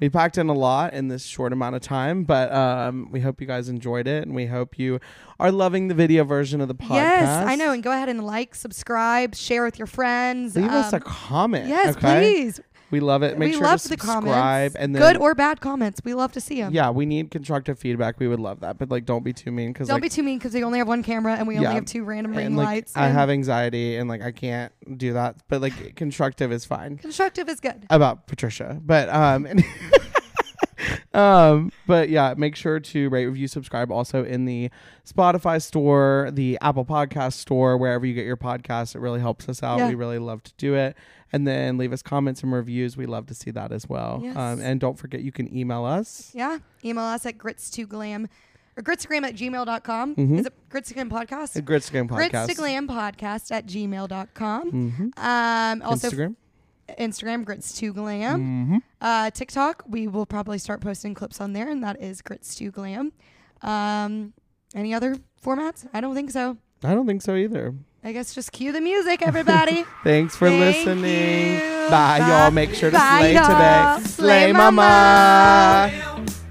C: we packed in a lot in this short amount of time, but um, we hope you guys enjoyed it, and we hope you are loving the video version of the podcast.
B: yes, I know. And go ahead and like, subscribe, share with your friends.
C: Leave us
B: um,
C: a comment.
B: yes,
C: okay?
B: please.
C: We love it. Make
B: we
C: sure
B: love
C: to
B: the
C: subscribe
B: comments,
C: and then
B: good or bad comments. We love to see them.
C: yeah, we need constructive feedback. We would love that, but like, don't be too mean because
B: Don't
C: like,
B: be too mean because we only have one camera and we
C: Yeah.
B: only have two random
C: and,
B: ring
C: like,
B: lights.
C: I
B: and
C: have anxiety and like I can't do that. But like, constructive is fine.
B: constructive is good.
C: about Patricia, but um, [LAUGHS] um, but yeah, make sure to rate, review, subscribe. Also in the Spotify store, the Apple Podcast store, wherever you get your podcasts, it really helps us out.
B: Yeah.
C: We really love to do it, and then leave us comments and reviews. We love to see that as well.
B: Yes.
C: Um, and don't forget, you can email us.
B: Yeah. Email us at grits2glam or grits2glam at gmail.com. Is it grits2glam podcast?
C: The Gritstagram Mm-hmm. podcast.
B: grits2glam
C: Mm-hmm.
B: podcast at gmail.com. Um, also, f-
C: Mm. Instagram. Mm-hmm.
B: Instagram, grits2glam. Uh, TikTok, we will probably start posting clips on there, and that is grits2glam. Um, any other formats? I don't think so.
C: I don't think so either.
B: I guess just cue the music,
C: [LAUGHS]
B: everybody.
C: Thanks for
B: Thank
C: listening.
B: you.
C: Bye,
B: Bye.
C: y'all. Make sure to
B: Bye,
C: slay
B: y'all.
C: today.
B: Slay
C: mama.
B: mama.
A: Glam.